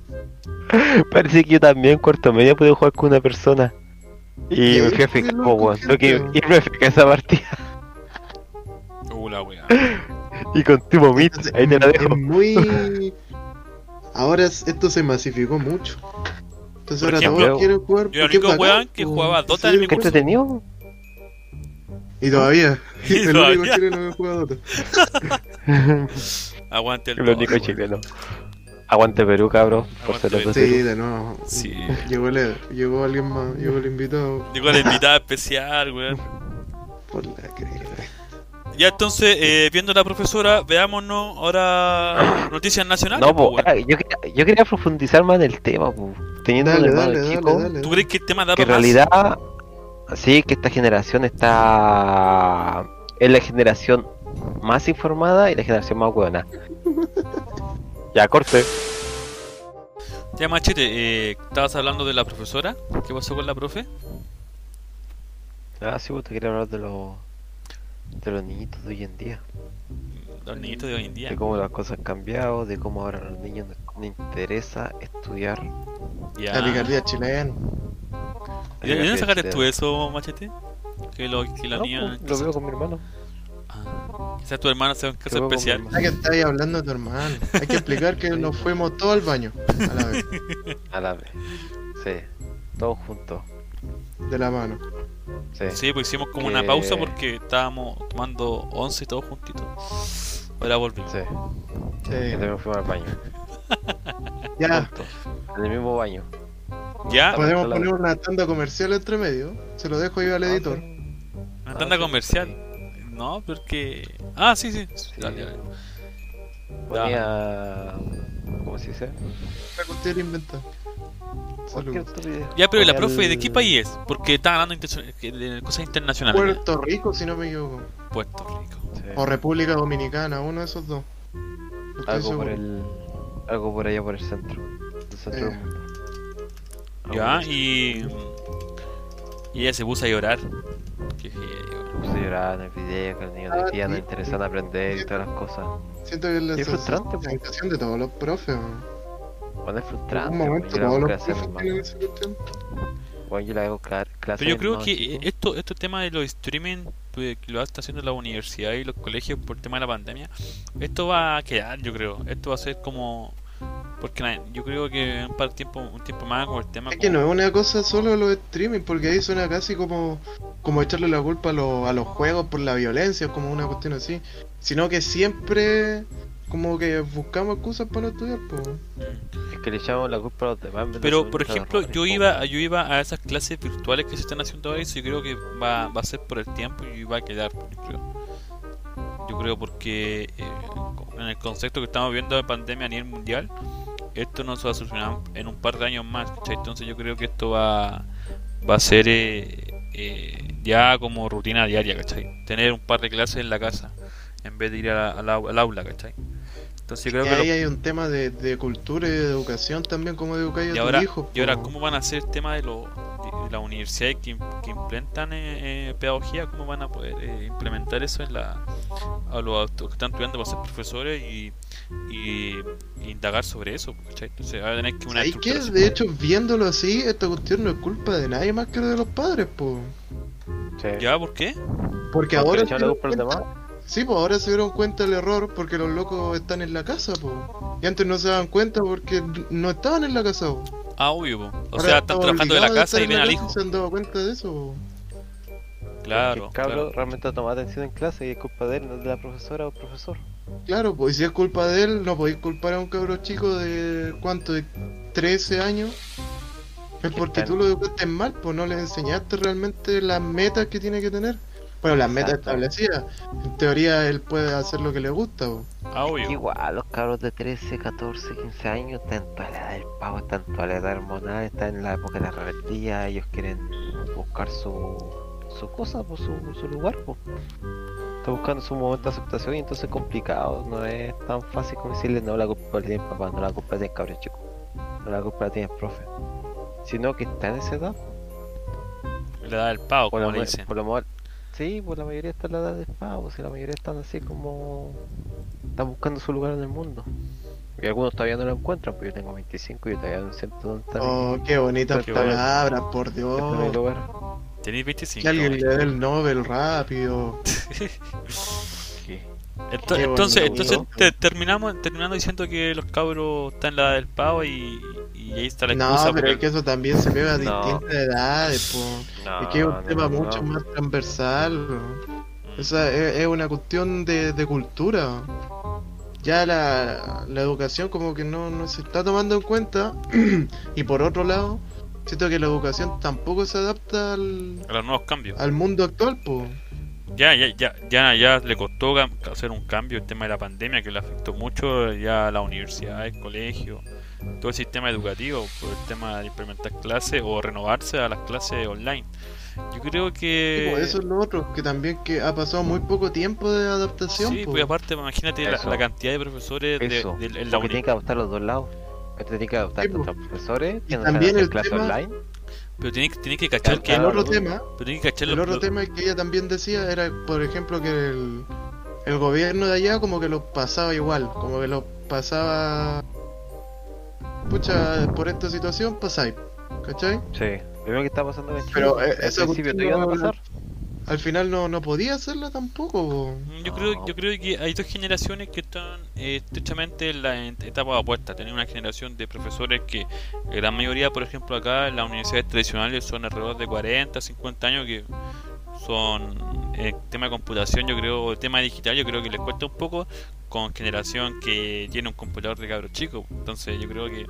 [SPEAKER 2] Parece que yo también, cuarto medio, pude jugar con una persona. Y
[SPEAKER 4] Ya,
[SPEAKER 2] mi
[SPEAKER 4] yo
[SPEAKER 2] jefe,
[SPEAKER 4] jugué
[SPEAKER 2] como
[SPEAKER 4] con
[SPEAKER 2] weón, tengo que
[SPEAKER 4] gente,
[SPEAKER 2] irme a fijar esa partida.
[SPEAKER 1] Uh, la wea.
[SPEAKER 2] Y con tu momito,
[SPEAKER 4] Entonces,
[SPEAKER 2] ahí te la
[SPEAKER 4] es
[SPEAKER 2] dejo.
[SPEAKER 4] muy. Ahora es- esto se masificó mucho. Entonces
[SPEAKER 1] Por
[SPEAKER 4] ahora
[SPEAKER 1] ejemplo,
[SPEAKER 4] todos quieren jugar.
[SPEAKER 1] yo era el
[SPEAKER 4] porque es
[SPEAKER 1] único
[SPEAKER 4] bacán,
[SPEAKER 1] weón que
[SPEAKER 4] po.
[SPEAKER 1] jugaba Dota en mi
[SPEAKER 2] ¿Qué
[SPEAKER 1] curso.
[SPEAKER 2] entretenido?
[SPEAKER 4] Y todavía.
[SPEAKER 1] Y
[SPEAKER 4] el
[SPEAKER 1] todavía.
[SPEAKER 4] único chileno que juega Dota.
[SPEAKER 1] Aguante el
[SPEAKER 2] El
[SPEAKER 1] dólar,
[SPEAKER 2] único
[SPEAKER 1] weón.
[SPEAKER 2] chileno. Aguante Perú, cabros, por
[SPEAKER 1] Aguante
[SPEAKER 2] ser los
[SPEAKER 1] Perú.
[SPEAKER 4] Sí,
[SPEAKER 2] dos.
[SPEAKER 4] de nuevo.
[SPEAKER 1] Sí.
[SPEAKER 4] Llegó, el, llegó alguien más, llegó el invitado.
[SPEAKER 1] Llegó la invitada especial, weón.
[SPEAKER 4] Por la cresta.
[SPEAKER 1] Ya entonces, eh, viendo a la profesora, veámonos ahora noticias nacionales.
[SPEAKER 2] No,
[SPEAKER 1] po,
[SPEAKER 2] po,
[SPEAKER 1] pues,
[SPEAKER 2] eh,
[SPEAKER 1] weón.
[SPEAKER 2] era- yo, quería- yo quería profundizar más en el tema, po. teniendo
[SPEAKER 4] Dale,
[SPEAKER 2] un hermano
[SPEAKER 4] dale, dale,
[SPEAKER 2] chico,
[SPEAKER 4] dale.
[SPEAKER 1] ¿Tú crees que el tema da
[SPEAKER 2] que en
[SPEAKER 1] para más?
[SPEAKER 2] realidad, sí, que esta generación está. es la generación más informada y la generación más buena. ya, corte.
[SPEAKER 1] Ya, Machete, eh, estabas hablando de la profesora. ¿Qué pasó con la profe?
[SPEAKER 2] Ah, sí, vos te quería hablar de los. de los niñitos de hoy en día.
[SPEAKER 1] Los niñitos de hoy en día.
[SPEAKER 2] De cómo las cosas han cambiado, de cómo ahora a los niños no les interesa estudiar.
[SPEAKER 1] Ya.
[SPEAKER 4] La picardía chilena.
[SPEAKER 1] ¿Y ¿De dónde sacaste tú eso, Machete? Que, lo, que la
[SPEAKER 2] No,
[SPEAKER 1] niña.
[SPEAKER 2] pues, lo veo con mi hermano.
[SPEAKER 1] Ah, quizás tu hermana sea un caso
[SPEAKER 2] Lo veo con mi
[SPEAKER 1] especial.
[SPEAKER 2] hermano.
[SPEAKER 4] Ah, que está ahí hablando de tu hermano. Hay que explicar que nos fuimos todos al baño a la vez,
[SPEAKER 2] A la vez. Sí. Todos juntos.
[SPEAKER 4] de la mano.
[SPEAKER 2] Sí.
[SPEAKER 1] Sí, pues hicimos como
[SPEAKER 2] Que-
[SPEAKER 1] una pausa porque estábamos tomando 11 todos juntitos. Ahora volvimos.
[SPEAKER 2] Sí.
[SPEAKER 4] Sí.
[SPEAKER 2] Yo también fuimos al baño.
[SPEAKER 4] Ya,
[SPEAKER 2] juntos, En el mismo baño. Ah,
[SPEAKER 1] Ya,
[SPEAKER 2] pues,
[SPEAKER 4] podemos poner una tanda comercial entre medio. Se lo dejo
[SPEAKER 2] Ah,
[SPEAKER 4] yo al editor.
[SPEAKER 1] una tanda comercial. No, porque. Ah, sí, sí. Dale, dale.
[SPEAKER 2] Ponía. ¿Cómo se dice?
[SPEAKER 4] La cuestión inventada.
[SPEAKER 2] Cualquier
[SPEAKER 4] Saludos.
[SPEAKER 2] estupidez.
[SPEAKER 1] Ya, pero ¿y la
[SPEAKER 2] Ponía
[SPEAKER 1] profe, ¿de
[SPEAKER 2] el-
[SPEAKER 1] qué país es? Porque está hablando intencio- que- de cosas internacionales. ya.
[SPEAKER 4] Puerto Rico, si no me equivoco.
[SPEAKER 1] Puerto Rico.
[SPEAKER 2] Sí,
[SPEAKER 4] O República Dominicana, uno de esos dos. No estoy
[SPEAKER 2] Algo por
[SPEAKER 4] seguro.
[SPEAKER 2] el. Algo por allá por el centro. El centro
[SPEAKER 4] Eh.
[SPEAKER 2] del mundo.
[SPEAKER 1] Ya, y. Y ella se puso a llorar. eh, Qué feo.
[SPEAKER 2] Se lloraba en el video que los niños
[SPEAKER 4] Ah,
[SPEAKER 2] de tía no interesan aprender y todas las cosas.
[SPEAKER 4] Siento que es la
[SPEAKER 2] Qué frustrante, po.
[SPEAKER 4] sensación de todos los profes. weón.
[SPEAKER 2] Bueno, es
[SPEAKER 4] En
[SPEAKER 2] frustrante.
[SPEAKER 4] algún
[SPEAKER 2] po,
[SPEAKER 4] momento
[SPEAKER 2] yo le hago
[SPEAKER 4] todos los
[SPEAKER 2] clases a mi
[SPEAKER 4] profes
[SPEAKER 2] hermano.
[SPEAKER 4] tienen esa cuestión.
[SPEAKER 2] Bueno, yo le hago cla- clases
[SPEAKER 1] Pero yo
[SPEAKER 2] a mi
[SPEAKER 1] creo
[SPEAKER 2] hermano
[SPEAKER 1] que
[SPEAKER 2] chico.
[SPEAKER 1] esto, este tema de los streaming pues, que lo está haciendo la universidad y los colegios por el tema de la pandemia, esto va a quedar, yo creo. Esto va a ser como. Porque na- yo creo que un par de tiempo, un tiempo más con el tema.
[SPEAKER 4] Es que
[SPEAKER 1] como-
[SPEAKER 4] no es una cosa solo de los streaming, porque ahí suena casi como, como echarle la culpa a, los- a los juegos por la violencia, como una cuestión así. Sino que siempre como que buscamos excusas para no estudiar, pues.
[SPEAKER 1] Mm.
[SPEAKER 2] Es que le echamos la culpa a los demás. en vez de
[SPEAKER 1] Pero
[SPEAKER 2] asumir
[SPEAKER 1] por
[SPEAKER 2] nuestros
[SPEAKER 1] ejemplo,
[SPEAKER 2] errores,
[SPEAKER 1] yo
[SPEAKER 2] po,
[SPEAKER 1] iba, yo iba a esas clases virtuales que se están haciendo ahora y yo creo que va, va a ser por el tiempo y va a quedar, yo creo. Yo creo porque eh, en el concepto que estamos viendo de pandemia a nivel mundial, esto no se va a solucionar en un par de años más, ¿cachai? Entonces yo creo que esto va, va a ser eh, eh, ya como rutina diaria, ¿cachai? Tener un par de clases en la casa en vez de ir a la- al au- al aula, ¿cachai? Entonces yo creo
[SPEAKER 4] Y
[SPEAKER 1] que lo-
[SPEAKER 4] ahí hay un tema de, de cultura y de educación también, como educar a tus
[SPEAKER 1] y ahora,
[SPEAKER 4] hijos.
[SPEAKER 1] y ahora,
[SPEAKER 4] po.
[SPEAKER 1] ¿cómo van a hacer el tema de, lo, de las universidades que, im- que implementan eh, eh, pedagogía? ¿Cómo van a poder eh, implementar eso en la, a los autos que están estudiando para ser profesores y, y, y indagar sobre eso? ¿cachai? Entonces, va a tener que una
[SPEAKER 4] ¿Sabes qué?
[SPEAKER 1] estructuración.
[SPEAKER 4] De hecho, viéndolo así, esta cuestión no es culpa de nadie más que de los padres, pues.
[SPEAKER 2] po. Sí.
[SPEAKER 1] ¿Ya? ¿Por qué?
[SPEAKER 4] Porque
[SPEAKER 2] Porque le
[SPEAKER 4] ahora. se
[SPEAKER 2] echamos la
[SPEAKER 4] dieron
[SPEAKER 2] culpa a los
[SPEAKER 4] cuenta-
[SPEAKER 2] demás.
[SPEAKER 4] Sí, pues ahora se dieron cuenta del error porque los locos están en la casa, pues. Y antes no se daban cuenta porque no estaban en la casa, po.
[SPEAKER 1] Ah, obvio, po. o
[SPEAKER 4] Ahora
[SPEAKER 1] sea, están trabajando de la
[SPEAKER 4] obligados a
[SPEAKER 1] casa
[SPEAKER 4] estar
[SPEAKER 1] y
[SPEAKER 4] en
[SPEAKER 1] ven
[SPEAKER 4] la
[SPEAKER 1] al
[SPEAKER 4] casa
[SPEAKER 1] hijo.
[SPEAKER 4] y Se han dado cuenta de eso, po.
[SPEAKER 1] Claro,
[SPEAKER 2] el cabro
[SPEAKER 1] claro.
[SPEAKER 2] realmente no tomaba atención en clase y es culpa de él, no de la profesora o profesor.
[SPEAKER 4] Claro, pues. Y si es culpa de él, no podéis culpar a un cabro chico de. ¿Cuánto? De 13 años. Es porque
[SPEAKER 2] tal?
[SPEAKER 4] tú lo educaste mal, pues no le enseñaste realmente las metas que tiene que tener. Bueno, las metas
[SPEAKER 2] Exacto.
[SPEAKER 4] establecidas. En teoría él puede hacer lo que le gusta, pues. po.
[SPEAKER 1] Ah, obvio.
[SPEAKER 2] Igual, los cabros de 13, 14, 15 años están en toda la edad del pavo, están en toda la edad hormonal, están en la época de la rebeldía, ellos quieren buscar su, su cosa, pues, su, su lugar. Pues. Están buscando su momento de aceptación y entonces es complicado, no es tan fácil como decirle no la culpa la tiene papá, no la culpa la tiene cabrón chico, no la culpa la tiene profe. Sino que está en esa edad,
[SPEAKER 1] Le da el pavo,
[SPEAKER 2] por
[SPEAKER 1] como
[SPEAKER 2] lo,
[SPEAKER 1] le
[SPEAKER 2] me-
[SPEAKER 1] dicen.
[SPEAKER 2] por lo mejor- sí, pues la mayoría está en la edad del pavo, si la mayoría están así como... Están buscando su lugar en el mundo. Y algunos todavía no lo encuentran, pues yo tengo 25 y yo todavía no siento dónde está mi-
[SPEAKER 4] Oh, qué bonitas
[SPEAKER 1] Qué bueno.
[SPEAKER 4] palabras, por
[SPEAKER 2] dónde está mi
[SPEAKER 4] Dios.
[SPEAKER 2] lugar.
[SPEAKER 1] Tenéis
[SPEAKER 4] Que
[SPEAKER 1] 25.
[SPEAKER 4] alguien
[SPEAKER 1] años.
[SPEAKER 4] le dé el Nobel rápido.
[SPEAKER 1] Ento-
[SPEAKER 4] Qué
[SPEAKER 1] entonces,
[SPEAKER 4] bonito.
[SPEAKER 1] entonces te- terminamos terminando diciendo que los cabros están en la edad del pavo y, y ahí está la
[SPEAKER 4] No,
[SPEAKER 1] excusa.
[SPEAKER 4] pero
[SPEAKER 1] porque-
[SPEAKER 4] es que eso también se pega a
[SPEAKER 2] No.
[SPEAKER 4] distintas edades, pues. po. es que es
[SPEAKER 1] Ah,
[SPEAKER 4] un tema mucho más transversal, po. O sea, es, es una cuestión de, de cultura. Ya la, la educación como que no, no se está tomando en cuenta. y por otro lado, siento que la educación tampoco se adapta al,
[SPEAKER 1] a los nuevos cambios.
[SPEAKER 4] al mundo actual, po.
[SPEAKER 1] Ya, ya, ya, ya, ya le costó cam- hacer un cambio el tema de la pandemia que le afectó mucho ya a la universidad, el colegio, todo el sistema educativo por el tema de implementar clases o renovarse a las clases online. Yo creo
[SPEAKER 4] Sí,
[SPEAKER 1] que
[SPEAKER 4] po, eso es lo otro, que también que ha pasado muy poco tiempo de adaptación,
[SPEAKER 1] sí,
[SPEAKER 4] po.
[SPEAKER 1] pues aparte imagínate la,
[SPEAKER 2] Eso.
[SPEAKER 1] la cantidad de profesores de,
[SPEAKER 2] Eso,
[SPEAKER 1] de- en la
[SPEAKER 2] porque
[SPEAKER 1] uni-
[SPEAKER 2] tiene que adoptar los dos lados. Esto tiene que adoptar
[SPEAKER 4] Sí, pues.
[SPEAKER 2] tanto a los profesores, que no saben
[SPEAKER 4] también
[SPEAKER 2] hacer
[SPEAKER 4] el
[SPEAKER 2] clase
[SPEAKER 4] tema-
[SPEAKER 2] online.
[SPEAKER 1] pero tiene, que- tiene que cachar que
[SPEAKER 4] el
[SPEAKER 2] Claro,
[SPEAKER 4] otro
[SPEAKER 2] lo-
[SPEAKER 4] tema,
[SPEAKER 1] pero tiene que cachar
[SPEAKER 4] el
[SPEAKER 1] lo-
[SPEAKER 4] otro
[SPEAKER 1] lo-
[SPEAKER 4] tema que ella también decía era, por ejemplo, que el, el gobierno de allá como que lo pasaba igual, como que lo pasaba... Pucha, por esta situación pasáis, ¿cachai?
[SPEAKER 2] Sí, lo mismo que está pasando en Chile.
[SPEAKER 4] Pero, eh,
[SPEAKER 2] al
[SPEAKER 4] esa
[SPEAKER 2] principio
[SPEAKER 4] cuestión
[SPEAKER 2] te iban a
[SPEAKER 4] no-
[SPEAKER 2] pasar.
[SPEAKER 4] Al final no, no podía hacerla tampoco, po.
[SPEAKER 1] Mm, Yo creo,
[SPEAKER 2] No.
[SPEAKER 1] yo creo que hay dos generaciones que están eh, estrechamente en la en- etapa opuesta. Tener una generación de profesores que la gran mayoría, por ejemplo, acá en las universidades tradicionales son alrededor de 40, 50 años que son el tema de computación, yo creo, el tema digital, yo creo que les cuesta un poco con generación que tiene un computador de cabro chico. Entonces yo creo que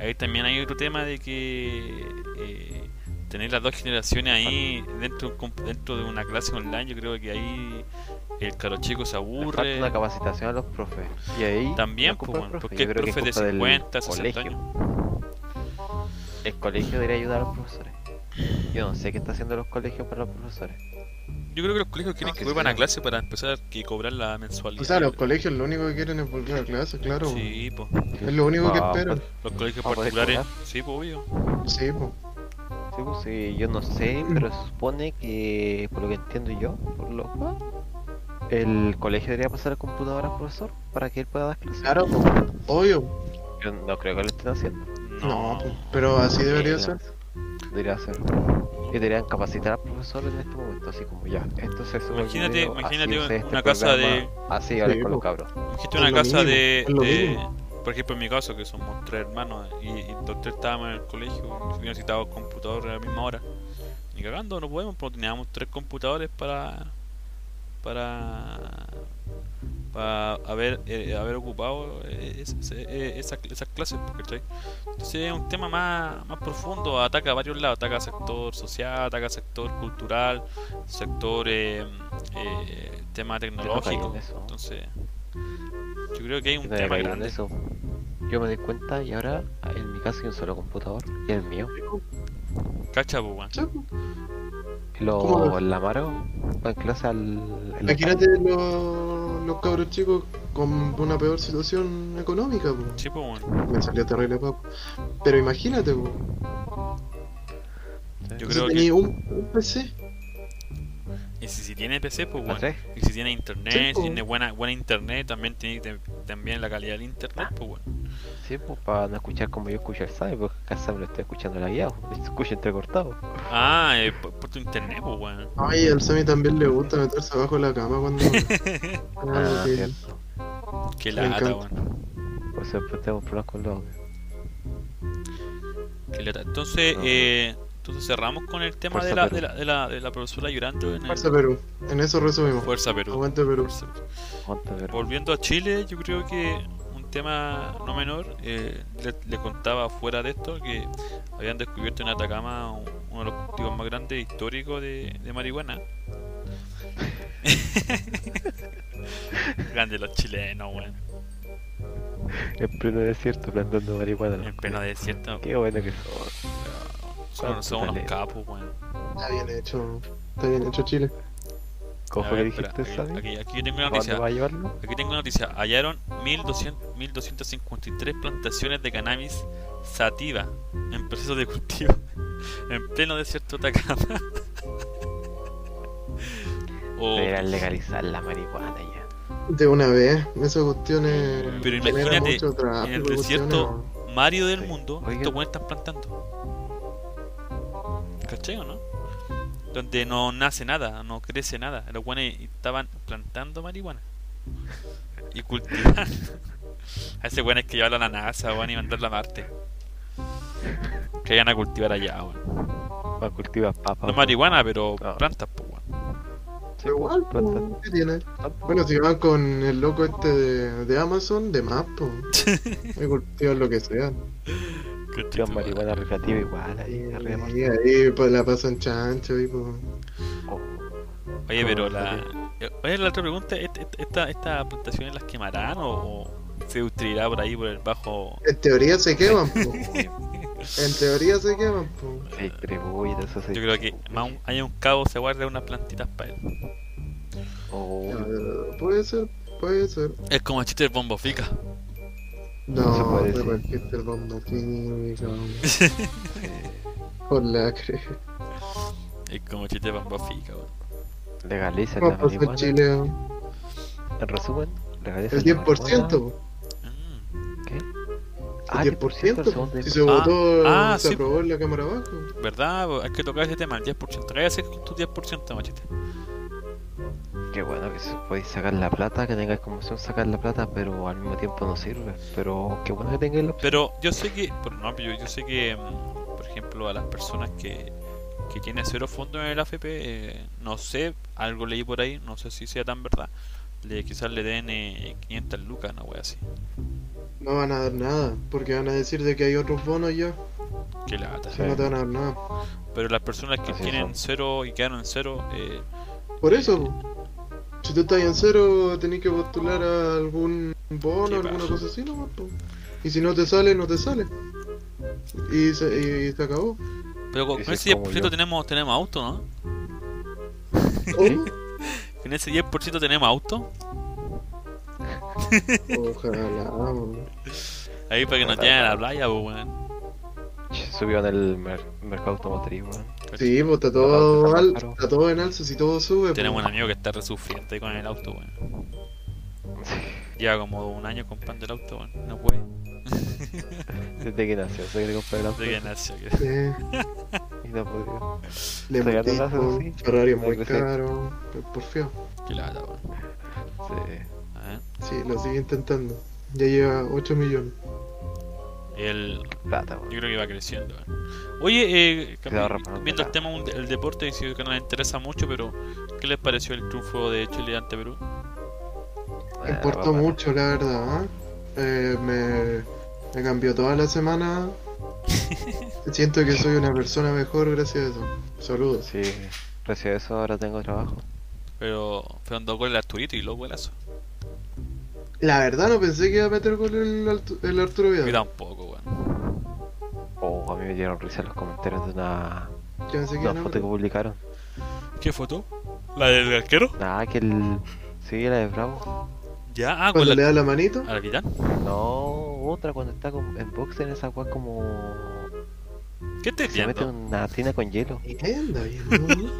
[SPEAKER 1] ahí también hay otro tema de que eh, tener las dos generaciones ahí dentro, de un comp- dentro de una clase online, yo creo que ahí el cabro chico se
[SPEAKER 2] Le falta
[SPEAKER 1] aburre.
[SPEAKER 2] una capacitación a los profes. Y ahí.
[SPEAKER 1] También,
[SPEAKER 2] la culpa
[SPEAKER 1] pues,
[SPEAKER 2] del
[SPEAKER 1] porque
[SPEAKER 2] Yo
[SPEAKER 1] el
[SPEAKER 2] creo que
[SPEAKER 1] profe de
[SPEAKER 2] es culpa del
[SPEAKER 1] 50, 60
[SPEAKER 2] colegio.
[SPEAKER 1] años.
[SPEAKER 2] El colegio debería ayudar a los profesores. Yo no sé qué está haciendo los colegios para los profesores.
[SPEAKER 1] Yo creo que los colegios quieren
[SPEAKER 2] Ah,
[SPEAKER 1] que
[SPEAKER 2] pues,
[SPEAKER 4] No, que
[SPEAKER 1] vuelvan
[SPEAKER 4] sí.
[SPEAKER 1] a clase para empezar que cobrar la mensualidad.
[SPEAKER 4] O sea, los colegios lo único que quieren es volver a clase, claro.
[SPEAKER 1] Sí, pues.
[SPEAKER 4] Es lo único que
[SPEAKER 2] Ah,
[SPEAKER 4] esperan.
[SPEAKER 1] Los colegios
[SPEAKER 2] Para poder
[SPEAKER 1] particulares. Sí, pues, obvio.
[SPEAKER 4] Sí, po.
[SPEAKER 2] Sí, pues, sí, yo no sé, pero se supone que, por lo que entiendo yo, por lo cual, el colegio debería pasar el computador al profesor para que él pueda dar clases.
[SPEAKER 4] Claro, po. obvio.
[SPEAKER 2] Yo no creo que lo estén haciendo.
[SPEAKER 1] No,
[SPEAKER 4] No, pues, po. pero así debería
[SPEAKER 2] Sí,
[SPEAKER 4] ser.
[SPEAKER 2] Debería ser. Y deberían capacitar al profesor en este momento, así como ya. Esto se sube al
[SPEAKER 1] Imagínate-
[SPEAKER 2] video, así
[SPEAKER 1] imagínate
[SPEAKER 2] usé este
[SPEAKER 1] una casa
[SPEAKER 2] programa, Así hablen
[SPEAKER 4] pues.
[SPEAKER 2] con los cabros.
[SPEAKER 1] Dijiste
[SPEAKER 4] Es
[SPEAKER 1] una
[SPEAKER 4] lo
[SPEAKER 1] casa
[SPEAKER 4] mínimo,
[SPEAKER 1] de,
[SPEAKER 4] es lo
[SPEAKER 1] de-
[SPEAKER 4] mínimo.
[SPEAKER 1] Por ejemplo, en mi caso, que somos tres hermanos y, y los tres estábamos en el colegio y necesitábamos computadores a la misma hora. Ni cagando, no podemos, porque teníamos tres computadores para. para. para haber, eh, haber ocupado eh, es- es- eh, esas, esas clases, porque Entonces es un tema más, más profundo, ataca a varios lados, ataca sector social, ataca sector cultural, sector. eh, eh, tema
[SPEAKER 2] no caigo en
[SPEAKER 1] tecnológico.
[SPEAKER 2] eso.
[SPEAKER 1] Entonces. Yo creo que hay un
[SPEAKER 2] Yo no había
[SPEAKER 1] tema
[SPEAKER 2] caído en
[SPEAKER 1] grande.
[SPEAKER 2] eso. Yo me di cuenta y ahora en mi casa hay un solo computador y el mío.
[SPEAKER 1] Cacha, pues, weón.
[SPEAKER 4] Sí, po. ¿Cómo
[SPEAKER 2] Lo
[SPEAKER 4] lo-
[SPEAKER 2] Lamaro va en clase al. en la
[SPEAKER 4] Imagínate los, los cabros chicos con una peor situación económica, po.
[SPEAKER 1] Sí, pues, weón.
[SPEAKER 4] Me salió terrible, po. Pero imagínate, po.
[SPEAKER 2] tarde.
[SPEAKER 1] Yo
[SPEAKER 4] Entonces
[SPEAKER 1] creo
[SPEAKER 4] tenía
[SPEAKER 1] que.
[SPEAKER 4] un, un PC.
[SPEAKER 1] Y si, si tiene PC, pues,
[SPEAKER 2] ¿La
[SPEAKER 1] weón.
[SPEAKER 2] tres?
[SPEAKER 1] Y si tiene internet,
[SPEAKER 4] Sí,
[SPEAKER 1] si
[SPEAKER 4] pues.
[SPEAKER 1] tiene buena, buena internet, también tiene te- también la calidad del internet, pues, weón.
[SPEAKER 2] Sí, pues para no escuchar como yo escucho el sabe, porque acá me lo estoy escuchando la guía, se escucha entrecortado.
[SPEAKER 1] Ah, eh, por, por tu internet, pues, weón.
[SPEAKER 4] Ay, al Sammy también le gusta meterse abajo de la cama cuando.
[SPEAKER 2] Ah,
[SPEAKER 4] Ah, sí.
[SPEAKER 2] cierto.
[SPEAKER 1] Qué
[SPEAKER 4] Me
[SPEAKER 1] lata,
[SPEAKER 4] encanta.
[SPEAKER 1] weón.
[SPEAKER 2] Por eso después tengo problemas con los.
[SPEAKER 1] Qué lata. Entonces,
[SPEAKER 2] No.
[SPEAKER 1] eh, entonces cerramos con el tema
[SPEAKER 2] Fuerza
[SPEAKER 1] de la,
[SPEAKER 2] Perú.
[SPEAKER 1] de, la, de, la, de la profesora llorando en el.
[SPEAKER 4] Fuerza Perú. En eso resumimos.
[SPEAKER 1] Fuerza Perú.
[SPEAKER 4] Aguante Perú.
[SPEAKER 1] Fuerza Perú.
[SPEAKER 2] ¿Cuánto ver?
[SPEAKER 1] Volviendo a Chile, yo creo que un tema no menor, eh, le, le contaba fuera de esto que habían descubierto en Atacama un- uno de los cultivos más grandes históricos de, de marihuana. Grande los chilenos, weón.
[SPEAKER 2] En pleno desierto plantando marihuana.
[SPEAKER 1] En
[SPEAKER 2] loco.
[SPEAKER 1] pleno desierto.
[SPEAKER 2] Qué bueno que son.
[SPEAKER 1] Son, son unos
[SPEAKER 2] Dale.
[SPEAKER 1] capos, weón.
[SPEAKER 4] Está bien hecho. Está bien hecho Chile.
[SPEAKER 1] A
[SPEAKER 2] Cojo que
[SPEAKER 1] ver, espera,
[SPEAKER 2] dijiste,
[SPEAKER 1] aquí,
[SPEAKER 2] ¿sabes?
[SPEAKER 1] aquí- aquí yo tengo una noticia.
[SPEAKER 2] ¿Cuándo va a llevarlo?
[SPEAKER 1] Aquí tengo una noticia. Hallaron 1200 1253 plantaciones de cannabis sativa en proceso de cultivo en pleno desierto de Atacama. Oh,
[SPEAKER 2] Deberán legalizar la marihuana ya.
[SPEAKER 4] De una vez. Esas cuestiones.
[SPEAKER 1] Pero
[SPEAKER 4] generan
[SPEAKER 1] imagínate,
[SPEAKER 4] mucho tráfico,
[SPEAKER 1] en el
[SPEAKER 4] cuestiones,
[SPEAKER 1] desierto-
[SPEAKER 4] ¿no?
[SPEAKER 1] Mario del
[SPEAKER 2] Sí.
[SPEAKER 1] mundo,
[SPEAKER 2] Oiga.
[SPEAKER 1] estos buenos están plantando. ¿Cachai o no? Donde no nace nada, no crece nada. Los buenos estaban plantando marihuana y cultivando. A ese weón es que llevarlo a la NASA, weón, y mandarlo a Marte. Que vayan a cultivar allá, weón.
[SPEAKER 2] Va a cultivar papa.
[SPEAKER 1] No marihuana, pero
[SPEAKER 2] Ah.
[SPEAKER 1] plantas, pues, weón.
[SPEAKER 2] Sí, pues,
[SPEAKER 4] Pero igual,
[SPEAKER 2] planta-
[SPEAKER 4] po, ¿qué tiene?
[SPEAKER 2] planta.
[SPEAKER 4] Bueno, si van con el loco este de, de Amazon, de más, po. Me cultivan lo que sea.
[SPEAKER 2] Cultivan
[SPEAKER 1] Este,
[SPEAKER 2] marihuana recreativa igual ahí arriba.
[SPEAKER 4] Y ahí pues, la pasan chancho y pues.
[SPEAKER 2] Oh,
[SPEAKER 1] Oye, pero la. eh, Oye, la otra pregunta, ¿est- est- ¿esta, esta plantación las quemarán o, o se utilizará por ahí por el bajo?
[SPEAKER 4] En teoría se queman, po.
[SPEAKER 2] sí,
[SPEAKER 4] En teoría se queman, po.
[SPEAKER 2] se distribuye, de eso se
[SPEAKER 1] Yo creo que más un- hay un cabo se guarda unas plantitas para él.
[SPEAKER 2] Oh,
[SPEAKER 4] Eh, Puede ser, puede ser.
[SPEAKER 1] Es como el chiste del bombo fica.
[SPEAKER 2] se
[SPEAKER 4] No,
[SPEAKER 2] puede
[SPEAKER 4] me
[SPEAKER 2] decir.
[SPEAKER 4] partiste el bombo químico.
[SPEAKER 2] sí.
[SPEAKER 4] Por la cre.
[SPEAKER 1] Es como el chiste del bombo fica, weón.
[SPEAKER 2] Legalicen la
[SPEAKER 4] Vamos a hacer
[SPEAKER 2] marihuana.
[SPEAKER 4] pues, Chile
[SPEAKER 2] En resumen, legalicen
[SPEAKER 4] el
[SPEAKER 2] la marihuana.
[SPEAKER 4] 10%, po.
[SPEAKER 1] Mm.
[SPEAKER 2] eh. Ah,
[SPEAKER 4] el 10%.
[SPEAKER 2] 10% el segundo
[SPEAKER 4] po. Si
[SPEAKER 2] día.
[SPEAKER 4] se votó,
[SPEAKER 1] ah,
[SPEAKER 4] se
[SPEAKER 1] sí,
[SPEAKER 4] aprobó en la Cámara Abajo.
[SPEAKER 1] ¿Verdad? Hay que tocar ese tema, el 10%. ¿Qué haces con tu 10%, machete?
[SPEAKER 2] Qué bueno que se podéis sacar la plata, que tengáis como opción sacar la plata, pero al mismo tiempo no sirve. Pero qué bueno que tengáis la opción.
[SPEAKER 1] Pero yo sé que, por, no, pero yo, yo sé que, mm, por ejemplo, a las personas que, que tienen cero fondos en el AFP, eh, no sé, algo leí por ahí, no sé si sea tan verdad, le, quizás le den eh, 500 lucas, una wea así.
[SPEAKER 4] No van a dar nada, porque van a decir de que hay otros bonos ya.
[SPEAKER 1] Que lata.
[SPEAKER 4] Si no te van a dar nada.
[SPEAKER 1] Pero las personas que
[SPEAKER 2] Así
[SPEAKER 1] tienen
[SPEAKER 2] son.
[SPEAKER 1] cero y quedaron en cero, eh,
[SPEAKER 4] Por eso, po. Si tú estás en cero, tenés que postular a algún bono,
[SPEAKER 1] Qué
[SPEAKER 4] alguna
[SPEAKER 1] bajo.
[SPEAKER 4] cosa así nomás, po. Y si no te sale, no te sale. Y se, y se acabó.
[SPEAKER 1] pero con,
[SPEAKER 2] Ese
[SPEAKER 1] con
[SPEAKER 2] es
[SPEAKER 1] ese
[SPEAKER 2] como
[SPEAKER 1] 10%
[SPEAKER 2] yo.
[SPEAKER 1] tenemos, tenemos auto, ¿no?
[SPEAKER 4] ¿Cómo?
[SPEAKER 1] Con ese 10% tenemos auto.
[SPEAKER 4] Ojalá, weón.
[SPEAKER 1] Ahí para que nos lleven a la playa, pues, weón.
[SPEAKER 2] Subió en el mer- mercado automotriz, weón.
[SPEAKER 4] Sí, pues está todo, al- está todo en alza, si todo sube. pues.
[SPEAKER 1] Tenemos un amigo que está resufriente con el auto, weón. Lleva como un año comprando el auto, weón. No puede.
[SPEAKER 2] Desde que nació, se quiere comprar el auto
[SPEAKER 1] Desde que nació, que-
[SPEAKER 4] Sí.
[SPEAKER 2] y no podía.
[SPEAKER 4] Le
[SPEAKER 2] Te
[SPEAKER 4] metí,
[SPEAKER 2] agarras
[SPEAKER 4] po,
[SPEAKER 2] así.
[SPEAKER 4] Ferrari es
[SPEAKER 2] Ahí
[SPEAKER 4] muy
[SPEAKER 2] recién.
[SPEAKER 4] caro, por- por feo.
[SPEAKER 1] que lata, weón.
[SPEAKER 2] Sí.
[SPEAKER 1] A ver.
[SPEAKER 4] Sí, lo sigue intentando. Ya lleva 8 millones.
[SPEAKER 1] El,
[SPEAKER 2] Plata,
[SPEAKER 1] Yo
[SPEAKER 2] weón.
[SPEAKER 1] creo que va creciendo. ¿eh? Oye, eh,
[SPEAKER 2] Cuidado,
[SPEAKER 1] cambi-
[SPEAKER 2] Rafa, no te
[SPEAKER 1] viendo el
[SPEAKER 2] la-
[SPEAKER 1] tema un- del deporte, si que no les interesa mucho, pero ¿qué les pareció el triunfo de Chile ante Perú?
[SPEAKER 2] Ah,
[SPEAKER 4] Me importó
[SPEAKER 2] papá.
[SPEAKER 4] mucho, la verdad. ¿eh? Eh, me, me cambió toda la semana. Siento que soy una persona mejor gracias a eso. Saludos.
[SPEAKER 2] Sí. Gracias a eso ahora tengo trabajo.
[SPEAKER 1] Pero fueron dos goles de Arturito y los golazos.
[SPEAKER 4] La verdad no pensé que iba a meter gol el, Artu- el Arturo
[SPEAKER 1] Yo
[SPEAKER 4] Vidal.
[SPEAKER 1] tampoco, weón.
[SPEAKER 2] Oh, a mí me dieron risa los comentarios de una,
[SPEAKER 4] Yo pensé que
[SPEAKER 2] una
[SPEAKER 4] no,
[SPEAKER 2] foto que publicaron.
[SPEAKER 1] ¿Qué foto? ¿La del arquero?
[SPEAKER 2] Nada, que el. Sí, la de Bravo.
[SPEAKER 1] Ya, ah,
[SPEAKER 2] Pues
[SPEAKER 1] con
[SPEAKER 4] Cuando le
[SPEAKER 1] la.
[SPEAKER 4] da la manito,
[SPEAKER 1] ¿Al Guillán?
[SPEAKER 2] No, otra cuando está con- en boxer, esa weá como.
[SPEAKER 1] ¿Qué te
[SPEAKER 2] Se mete
[SPEAKER 1] viendo?
[SPEAKER 2] una tina con hielo.
[SPEAKER 4] entienda bien, ¿no?
[SPEAKER 2] Weón,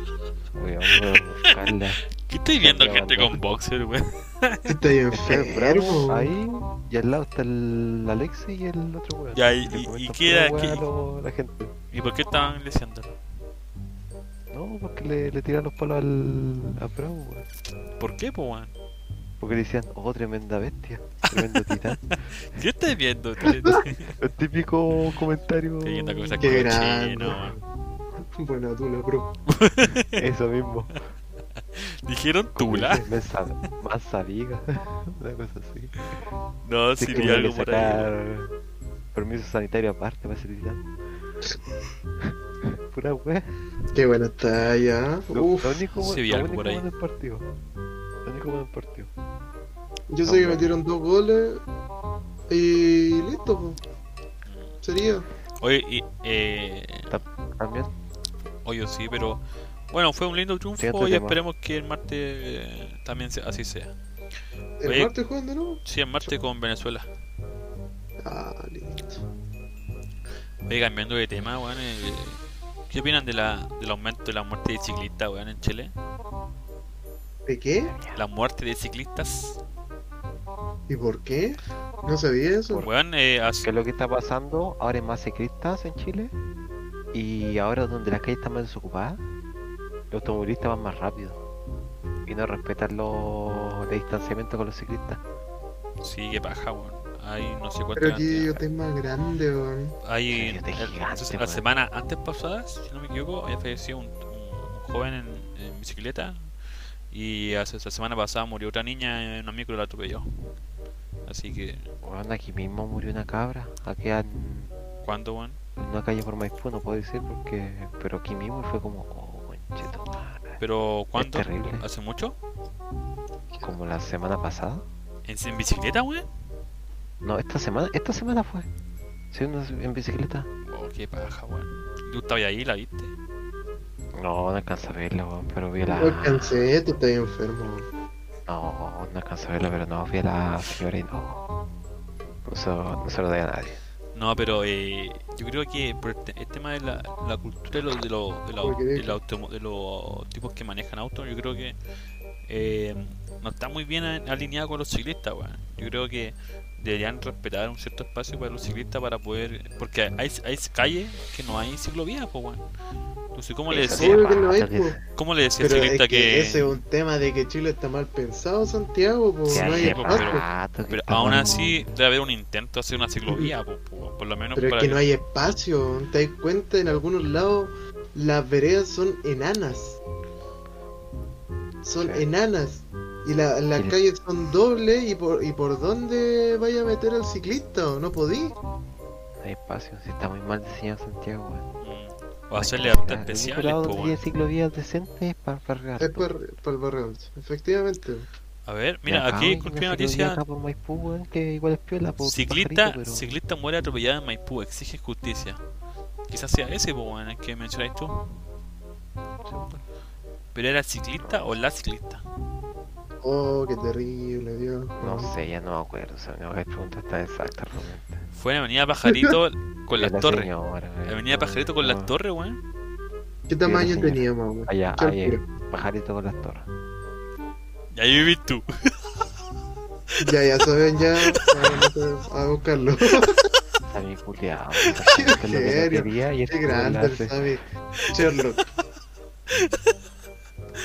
[SPEAKER 2] voy a buscarla.
[SPEAKER 1] ¿Qué estoy viendo
[SPEAKER 2] Está
[SPEAKER 1] gente
[SPEAKER 2] grabando.
[SPEAKER 1] con boxer, weón?
[SPEAKER 4] Está bien
[SPEAKER 2] Está el Bravo
[SPEAKER 4] enfermo.
[SPEAKER 2] ahí y al lado está el Alexi y el otro weón.
[SPEAKER 1] Ya, y-
[SPEAKER 2] Le
[SPEAKER 1] y-
[SPEAKER 2] comentan
[SPEAKER 1] y queda-
[SPEAKER 2] pura weá a
[SPEAKER 1] qué-
[SPEAKER 2] lo- la gente.
[SPEAKER 1] ¿Y por qué estaban lesionando?
[SPEAKER 2] No, porque le, le tiran los palos al a Bravo, weón.
[SPEAKER 1] ¿Por qué, po, weón?
[SPEAKER 2] Porque le decían, oh, tremenda bestia, tremendo titán.
[SPEAKER 1] ¿Qué estás viendo?
[SPEAKER 2] El típico comentario.
[SPEAKER 1] Estoy viendo cosas
[SPEAKER 4] Qué
[SPEAKER 1] con
[SPEAKER 4] grande.
[SPEAKER 1] chino, weón.
[SPEAKER 4] Buena tula, bro.
[SPEAKER 2] Eso mismo.
[SPEAKER 1] ¿Dijeron
[SPEAKER 2] Como
[SPEAKER 1] tula?
[SPEAKER 2] dice, Mensa, masa viga. Una cosa así.
[SPEAKER 1] No,
[SPEAKER 2] Sí,
[SPEAKER 1] sí,
[SPEAKER 2] que
[SPEAKER 1] vi
[SPEAKER 2] tiene que
[SPEAKER 1] algo por ahí. weón.
[SPEAKER 2] sacar permiso sanitario aparte para ese titán. Pura wea.
[SPEAKER 4] Qué buena talla.
[SPEAKER 2] Lo, lo
[SPEAKER 4] Uf,
[SPEAKER 2] único
[SPEAKER 1] Sí, vi
[SPEAKER 2] bueno
[SPEAKER 1] algo por ahí.
[SPEAKER 2] del partido. Lo único bueno del partido.
[SPEAKER 4] yo sé que metieron dos goles. Y listo, po. Sería.
[SPEAKER 1] Oye, y, eh,
[SPEAKER 2] También.
[SPEAKER 1] Oye, sí, pero bueno, fue un lindo triunfo
[SPEAKER 2] Siguiente
[SPEAKER 1] y
[SPEAKER 2] tema.
[SPEAKER 1] esperemos que el martes eh, también sea- así sea.
[SPEAKER 4] ¿El
[SPEAKER 1] Oye.
[SPEAKER 4] martes juegan de nuevo?
[SPEAKER 1] Sí, el martes con Venezuela.
[SPEAKER 4] Ah, listo.
[SPEAKER 1] Oye, cambiando de tema, weón, eh, ¿qué opinan de la, del aumento de la muerte de ciclistas, weón, en Chile?
[SPEAKER 4] ¿De qué?
[SPEAKER 1] La muerte de ciclistas,
[SPEAKER 4] ¿Y por qué? No sabía eso.
[SPEAKER 1] weón, eh,
[SPEAKER 2] Que
[SPEAKER 1] hace-
[SPEAKER 2] lo que está pasando ahora es más ciclistas en Chile. Y ahora donde las calles están más desocupadas, los automovilistas van más rápido. Y no respetan los el distanciamiento con los ciclistas.
[SPEAKER 1] sí, que paja, weón. Hay no sé cuánto.
[SPEAKER 4] Pero que yo estoy más grande, weón.
[SPEAKER 1] Hay,
[SPEAKER 2] Qué idiota
[SPEAKER 1] el-
[SPEAKER 2] gigante,
[SPEAKER 1] entonces, la
[SPEAKER 2] weón.
[SPEAKER 1] semana antes pasada, si no me equivoco, había fallecido un, un- un joven en, en bicicleta y hace, la semana pasada murió otra niña en una micro y la atropelló. Así que,
[SPEAKER 2] Bueno, aquí mismo murió una cabra. Aquí en
[SPEAKER 1] ¿cuándo, weón?
[SPEAKER 2] en una calle por Maipú, no puedo decir porque. Pero aquí mismo fue como. Oh, concheto.
[SPEAKER 1] Pero ¿cuándo?
[SPEAKER 2] Es terrible.
[SPEAKER 1] ¿Hace mucho?
[SPEAKER 2] Como la semana pasada.
[SPEAKER 1] ¿En, en bicicleta, weón?
[SPEAKER 2] No, esta semana, esta semana fue. Sí, una- en bicicleta.
[SPEAKER 1] Oh, qué paja, weón. Tú estabas ahí, la viste.
[SPEAKER 2] No, no alcanza a verla, weón, pero vi a la.
[SPEAKER 4] No alcancé, tú estás enfermo. weón.
[SPEAKER 2] No, no alcanza a verla, pero no vi a la señora y no. No se, no se lo doy a nadie.
[SPEAKER 1] No, pero eh, yo creo que por el, te- el tema de la, la cultura de los, de los, de los-
[SPEAKER 4] Porque
[SPEAKER 1] de
[SPEAKER 4] deja.
[SPEAKER 1] los automo- de los tipos que manejan autos, yo creo que eh, no está muy bien a- alineado con los ciclistas, weón. Yo creo que deberían respetar un cierto espacio para los ciclistas para poder... Porque hay, hay calles que no hay ciclovía, pues, weón. Entonces, ¿cómo le
[SPEAKER 2] Eso
[SPEAKER 1] decía,
[SPEAKER 4] Obvio que no hay, pues,
[SPEAKER 2] pasa,
[SPEAKER 4] po.
[SPEAKER 1] cómo le decía al
[SPEAKER 4] Pero es
[SPEAKER 1] ciclista
[SPEAKER 4] que, ese es un tema de que Chile está mal pensado, Santiago, po.
[SPEAKER 2] Se
[SPEAKER 4] no hay
[SPEAKER 2] hace
[SPEAKER 4] espacio.
[SPEAKER 2] rato que
[SPEAKER 1] Pero
[SPEAKER 2] estamos-
[SPEAKER 1] aún así debe haber un intento de hacer una ciclovía, po, po, por, lo menos
[SPEAKER 4] Pero es
[SPEAKER 1] para
[SPEAKER 4] que no hay espacio, ¿te das cuenta? En algunos lados las veredas son enanas. Son
[SPEAKER 2] Sí.
[SPEAKER 4] enanas. Y la- las
[SPEAKER 2] Y-
[SPEAKER 4] calles son dobles y por, y por dónde vaya a meter al ciclista, no podí.
[SPEAKER 2] No hay espacio, si está muy mal diseñado Santiago, weón.
[SPEAKER 1] mm, o hacerle hasta
[SPEAKER 2] Imagínate, el único
[SPEAKER 1] especiales,
[SPEAKER 2] lado
[SPEAKER 1] po,
[SPEAKER 2] donde
[SPEAKER 1] weón.
[SPEAKER 2] hay ciclovías decentes para cargar.
[SPEAKER 4] Es para el barrio, efectivamente.
[SPEAKER 1] A ver, mira, aquí encontré una noticia.
[SPEAKER 2] Acá por Maipú, weón, que igual es piola, po,
[SPEAKER 1] Ciclista,
[SPEAKER 2] pajarito, pero-
[SPEAKER 1] ciclista muere atropellada en Maipú, exige pues, justicia. Quizás sea ese, po, weón, el que mencionáis tú. pero era ciclista o la ciclista.
[SPEAKER 4] Oh, qué terrible, Dios.
[SPEAKER 2] No sé, ya no me acuerdo. O sea, no me pregunta tan exacta realmente.
[SPEAKER 1] Fue en Avenida Pajarito con
[SPEAKER 2] Es
[SPEAKER 1] las
[SPEAKER 2] la
[SPEAKER 1] torres.
[SPEAKER 2] señora, weón.
[SPEAKER 1] Avenida Pajarito con las
[SPEAKER 2] No.
[SPEAKER 1] torres, weón.
[SPEAKER 4] ¿Qué tamaño
[SPEAKER 2] señora.
[SPEAKER 4] tenía, más o menos?
[SPEAKER 2] Allá,
[SPEAKER 4] ¿Qué
[SPEAKER 2] allá.
[SPEAKER 4] altura?
[SPEAKER 2] Pajarito con las torres.
[SPEAKER 1] Y ahí vivís tú.
[SPEAKER 4] Ya, ya saben, ya. saben, A buscarlo.
[SPEAKER 2] Sammy culiao.
[SPEAKER 4] Qué
[SPEAKER 2] Qué
[SPEAKER 4] serio,
[SPEAKER 2] quería y
[SPEAKER 4] Qué
[SPEAKER 2] este weón
[SPEAKER 4] grande
[SPEAKER 2] la
[SPEAKER 4] el
[SPEAKER 2] hace.
[SPEAKER 4] Sammy. Sherlock.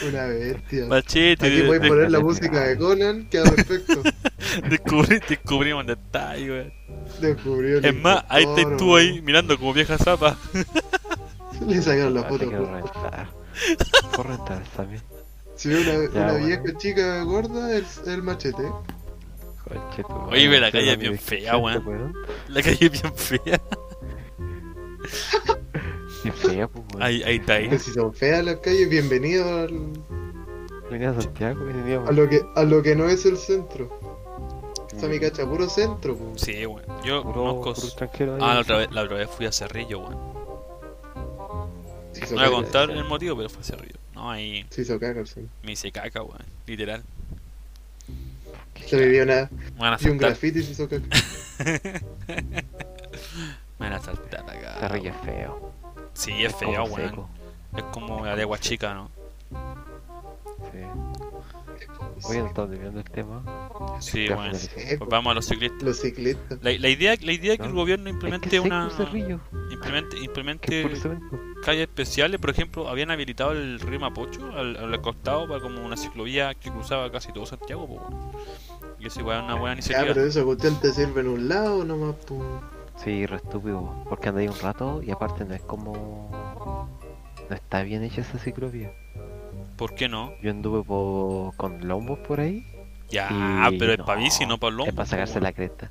[SPEAKER 4] Una bestia.
[SPEAKER 1] Machete,
[SPEAKER 4] Aquí
[SPEAKER 1] de-
[SPEAKER 4] voy a
[SPEAKER 1] de-
[SPEAKER 4] poner la música de Conan, queda perfecto.
[SPEAKER 1] descubrí- descubrimos detalles, weón.
[SPEAKER 4] Descubrió el
[SPEAKER 1] Es más, ahí te
[SPEAKER 4] impostor,
[SPEAKER 1] estuvo ahí
[SPEAKER 4] weón.
[SPEAKER 1] mirando como vieja zapa.
[SPEAKER 4] Le sacaron la
[SPEAKER 2] Ah, te
[SPEAKER 4] foto.
[SPEAKER 2] quiero
[SPEAKER 4] weón.
[SPEAKER 2] rentar. Por rentar, Sammy.
[SPEAKER 4] Si ve una,
[SPEAKER 2] Ya,
[SPEAKER 4] una
[SPEAKER 2] bueno.
[SPEAKER 4] vieja chica gorda, el, el machete.
[SPEAKER 2] Conche tu
[SPEAKER 1] Oye,
[SPEAKER 2] madre,
[SPEAKER 1] ve la
[SPEAKER 2] este
[SPEAKER 1] calle
[SPEAKER 2] Sammy
[SPEAKER 1] bien
[SPEAKER 2] es
[SPEAKER 1] fea, weón.
[SPEAKER 2] chanta,
[SPEAKER 1] La calle es bien fea.
[SPEAKER 2] Qué fea, pues, weón.
[SPEAKER 1] Ahí, ahí está, ahí.
[SPEAKER 4] Pues si son feas las calles, bienvenido al,
[SPEAKER 2] Venía a Santiago y venía
[SPEAKER 4] a, lo que, a lo que no es el centro. Sammy cacha, puro centro. po.
[SPEAKER 1] Sí, weón. Yo
[SPEAKER 2] Puro-
[SPEAKER 1] conozco.
[SPEAKER 2] puro extranjero ahí.
[SPEAKER 1] Ah, la otra, vez, la otra vez fui a Cerrillo, weón.
[SPEAKER 4] Se
[SPEAKER 1] No
[SPEAKER 4] hizo
[SPEAKER 1] voy a
[SPEAKER 4] caca,
[SPEAKER 1] contar el motivo, pero fue a Cerrillo. No, ahí
[SPEAKER 4] Se hizo caca, el Sammy.
[SPEAKER 1] me hice caca, weón. Literal.
[SPEAKER 4] Se vivió nada.
[SPEAKER 1] Me van a
[SPEAKER 4] Y un
[SPEAKER 1] saltar.
[SPEAKER 4] graffiti se hizo caca.
[SPEAKER 1] Me van a saltar acá.
[SPEAKER 2] Carrillo es feo.
[SPEAKER 1] Sí, es feo,
[SPEAKER 2] como
[SPEAKER 1] weón.
[SPEAKER 2] seco,
[SPEAKER 1] Es como la de Huachica, ¿no?
[SPEAKER 2] sí. Oye, no estamos desviando el tema.
[SPEAKER 1] Sí,
[SPEAKER 2] Ya,
[SPEAKER 1] weón.
[SPEAKER 2] pues,
[SPEAKER 4] Eh,
[SPEAKER 1] Pues vamos a los ciclistas.
[SPEAKER 4] Los ciclistas.
[SPEAKER 1] La, la idea, la idea es que el
[SPEAKER 2] No.
[SPEAKER 1] gobierno
[SPEAKER 2] Es
[SPEAKER 1] implemente
[SPEAKER 2] que es
[SPEAKER 1] una.
[SPEAKER 2] seco, Cerrillo.
[SPEAKER 1] Implemente,
[SPEAKER 2] Que
[SPEAKER 1] implemente
[SPEAKER 2] es puro cemento.
[SPEAKER 1] calles especiales. Por ejemplo, habían habilitado el río Mapocho al, al costado para como una ciclovía que cruzaba casi todo Santiago, pues, weón. Y eso igual es una buena
[SPEAKER 4] Ya,
[SPEAKER 1] iniciativa.
[SPEAKER 4] pero esa cuestión te sirve en un lado nomás, po.
[SPEAKER 2] Sí, re estúpido. Porque andáis un rato y aparte no es como. No está bien hecha esa ciclovía.
[SPEAKER 1] ¿Por qué no?
[SPEAKER 2] Yo anduve po- con lombos por ahí.
[SPEAKER 1] Ya,
[SPEAKER 2] y
[SPEAKER 1] pero es para bici, no para
[SPEAKER 2] Es
[SPEAKER 1] lombo.
[SPEAKER 2] para sacarse la cresta.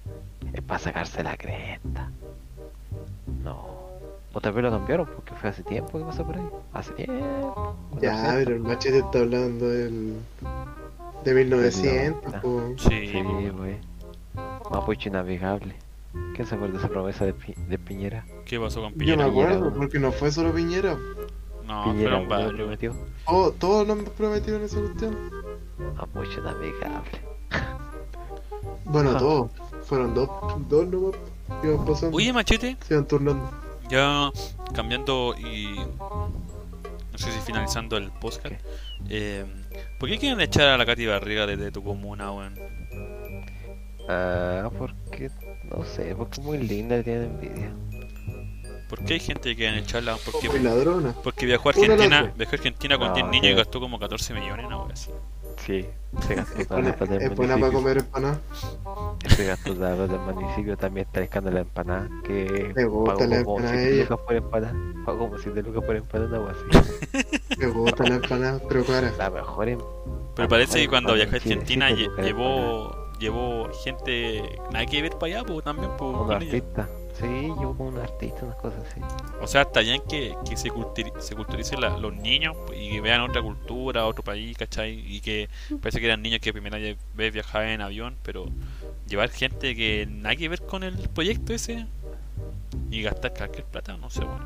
[SPEAKER 2] Es para sacarse la cresta. No. Otra vez lo cambiaron porque fue hace tiempo que pasó por ahí. Hace tiempo.
[SPEAKER 4] Ya,
[SPEAKER 2] 400.
[SPEAKER 4] pero el machete está hablando del. de 1900, po.
[SPEAKER 1] Sí,
[SPEAKER 2] Sí,
[SPEAKER 1] pues, weón.
[SPEAKER 2] güey. Mapuche navegable. ¿Quién se acuerda de esa promesa de, Pi- de Piñera?
[SPEAKER 1] ¿qué pasó con
[SPEAKER 4] Yo me
[SPEAKER 1] Piñera?
[SPEAKER 4] acuerdo, porque no fue solo Piñera.
[SPEAKER 1] No,
[SPEAKER 2] Piñera
[SPEAKER 1] fueron
[SPEAKER 2] güey, lo
[SPEAKER 1] varios. weón.
[SPEAKER 2] prometió.
[SPEAKER 4] Oh, todos lo han prometido en esa cuestión.
[SPEAKER 2] Mapuche navegable.
[SPEAKER 4] Bueno,
[SPEAKER 2] Ah.
[SPEAKER 4] todos. Fueron dos, dos nomás. Iban pasando.
[SPEAKER 1] Oye, Machete,
[SPEAKER 4] Se iban turnando.
[SPEAKER 1] Ya cambiando y no sé si finalizando el podcast.
[SPEAKER 2] ¿Qué?
[SPEAKER 1] eh, ¿Por qué quieren echar a la Katy Barriga desde tu comuna, weón?
[SPEAKER 2] Ah, porque. No sé, porque muy linda le tiene envidia.
[SPEAKER 1] ¿Por qué hay gente que quieren echarla? Porque,
[SPEAKER 4] Como ladrona.
[SPEAKER 1] porque viajó a
[SPEAKER 4] Uno
[SPEAKER 1] Argentina,
[SPEAKER 4] loco.
[SPEAKER 1] viajó a Argentina con
[SPEAKER 2] No,
[SPEAKER 1] 10 niños y
[SPEAKER 2] sí.
[SPEAKER 1] gastó como 14 millones, una wea así.
[SPEAKER 2] Sí, se gastó
[SPEAKER 4] Es
[SPEAKER 2] toda la
[SPEAKER 4] buena,
[SPEAKER 2] plata del
[SPEAKER 4] es buena para
[SPEAKER 2] municipio.
[SPEAKER 4] comer empanadas.
[SPEAKER 2] Se gastó toda la plata del municipio. También está dejando la empanada. Que
[SPEAKER 4] Me gusta
[SPEAKER 2] pagó
[SPEAKER 4] la
[SPEAKER 2] como
[SPEAKER 4] empanada
[SPEAKER 2] 7
[SPEAKER 4] de ella.
[SPEAKER 2] lucas por empanada. Pagó como 7 lucas por empanada, algo así.
[SPEAKER 4] Me gusta la empanada, pero cara.
[SPEAKER 2] La mejor em- empanada.
[SPEAKER 1] Pero parece que cuando
[SPEAKER 2] Vale,
[SPEAKER 1] viajó a
[SPEAKER 2] Ah, sí,
[SPEAKER 1] Argentina
[SPEAKER 2] sí,
[SPEAKER 1] lle-
[SPEAKER 2] porque-
[SPEAKER 1] llevó llevó gente nada que ver para allá, pues también, pues,
[SPEAKER 2] Un
[SPEAKER 1] con ella.
[SPEAKER 2] artista. Sí, yo como un artista, unas cosas así.
[SPEAKER 1] O sea, está bien que, que se, culturi- se culturicen la- los niños pues, y que vean otra cultura, otro país, ¿cachai? Y que parece que eran niños que primera ye- vez viajaban en avión, pero llevar gente que nada que ver con el proyecto ese y gastar cualquier plata, no sé, bueno.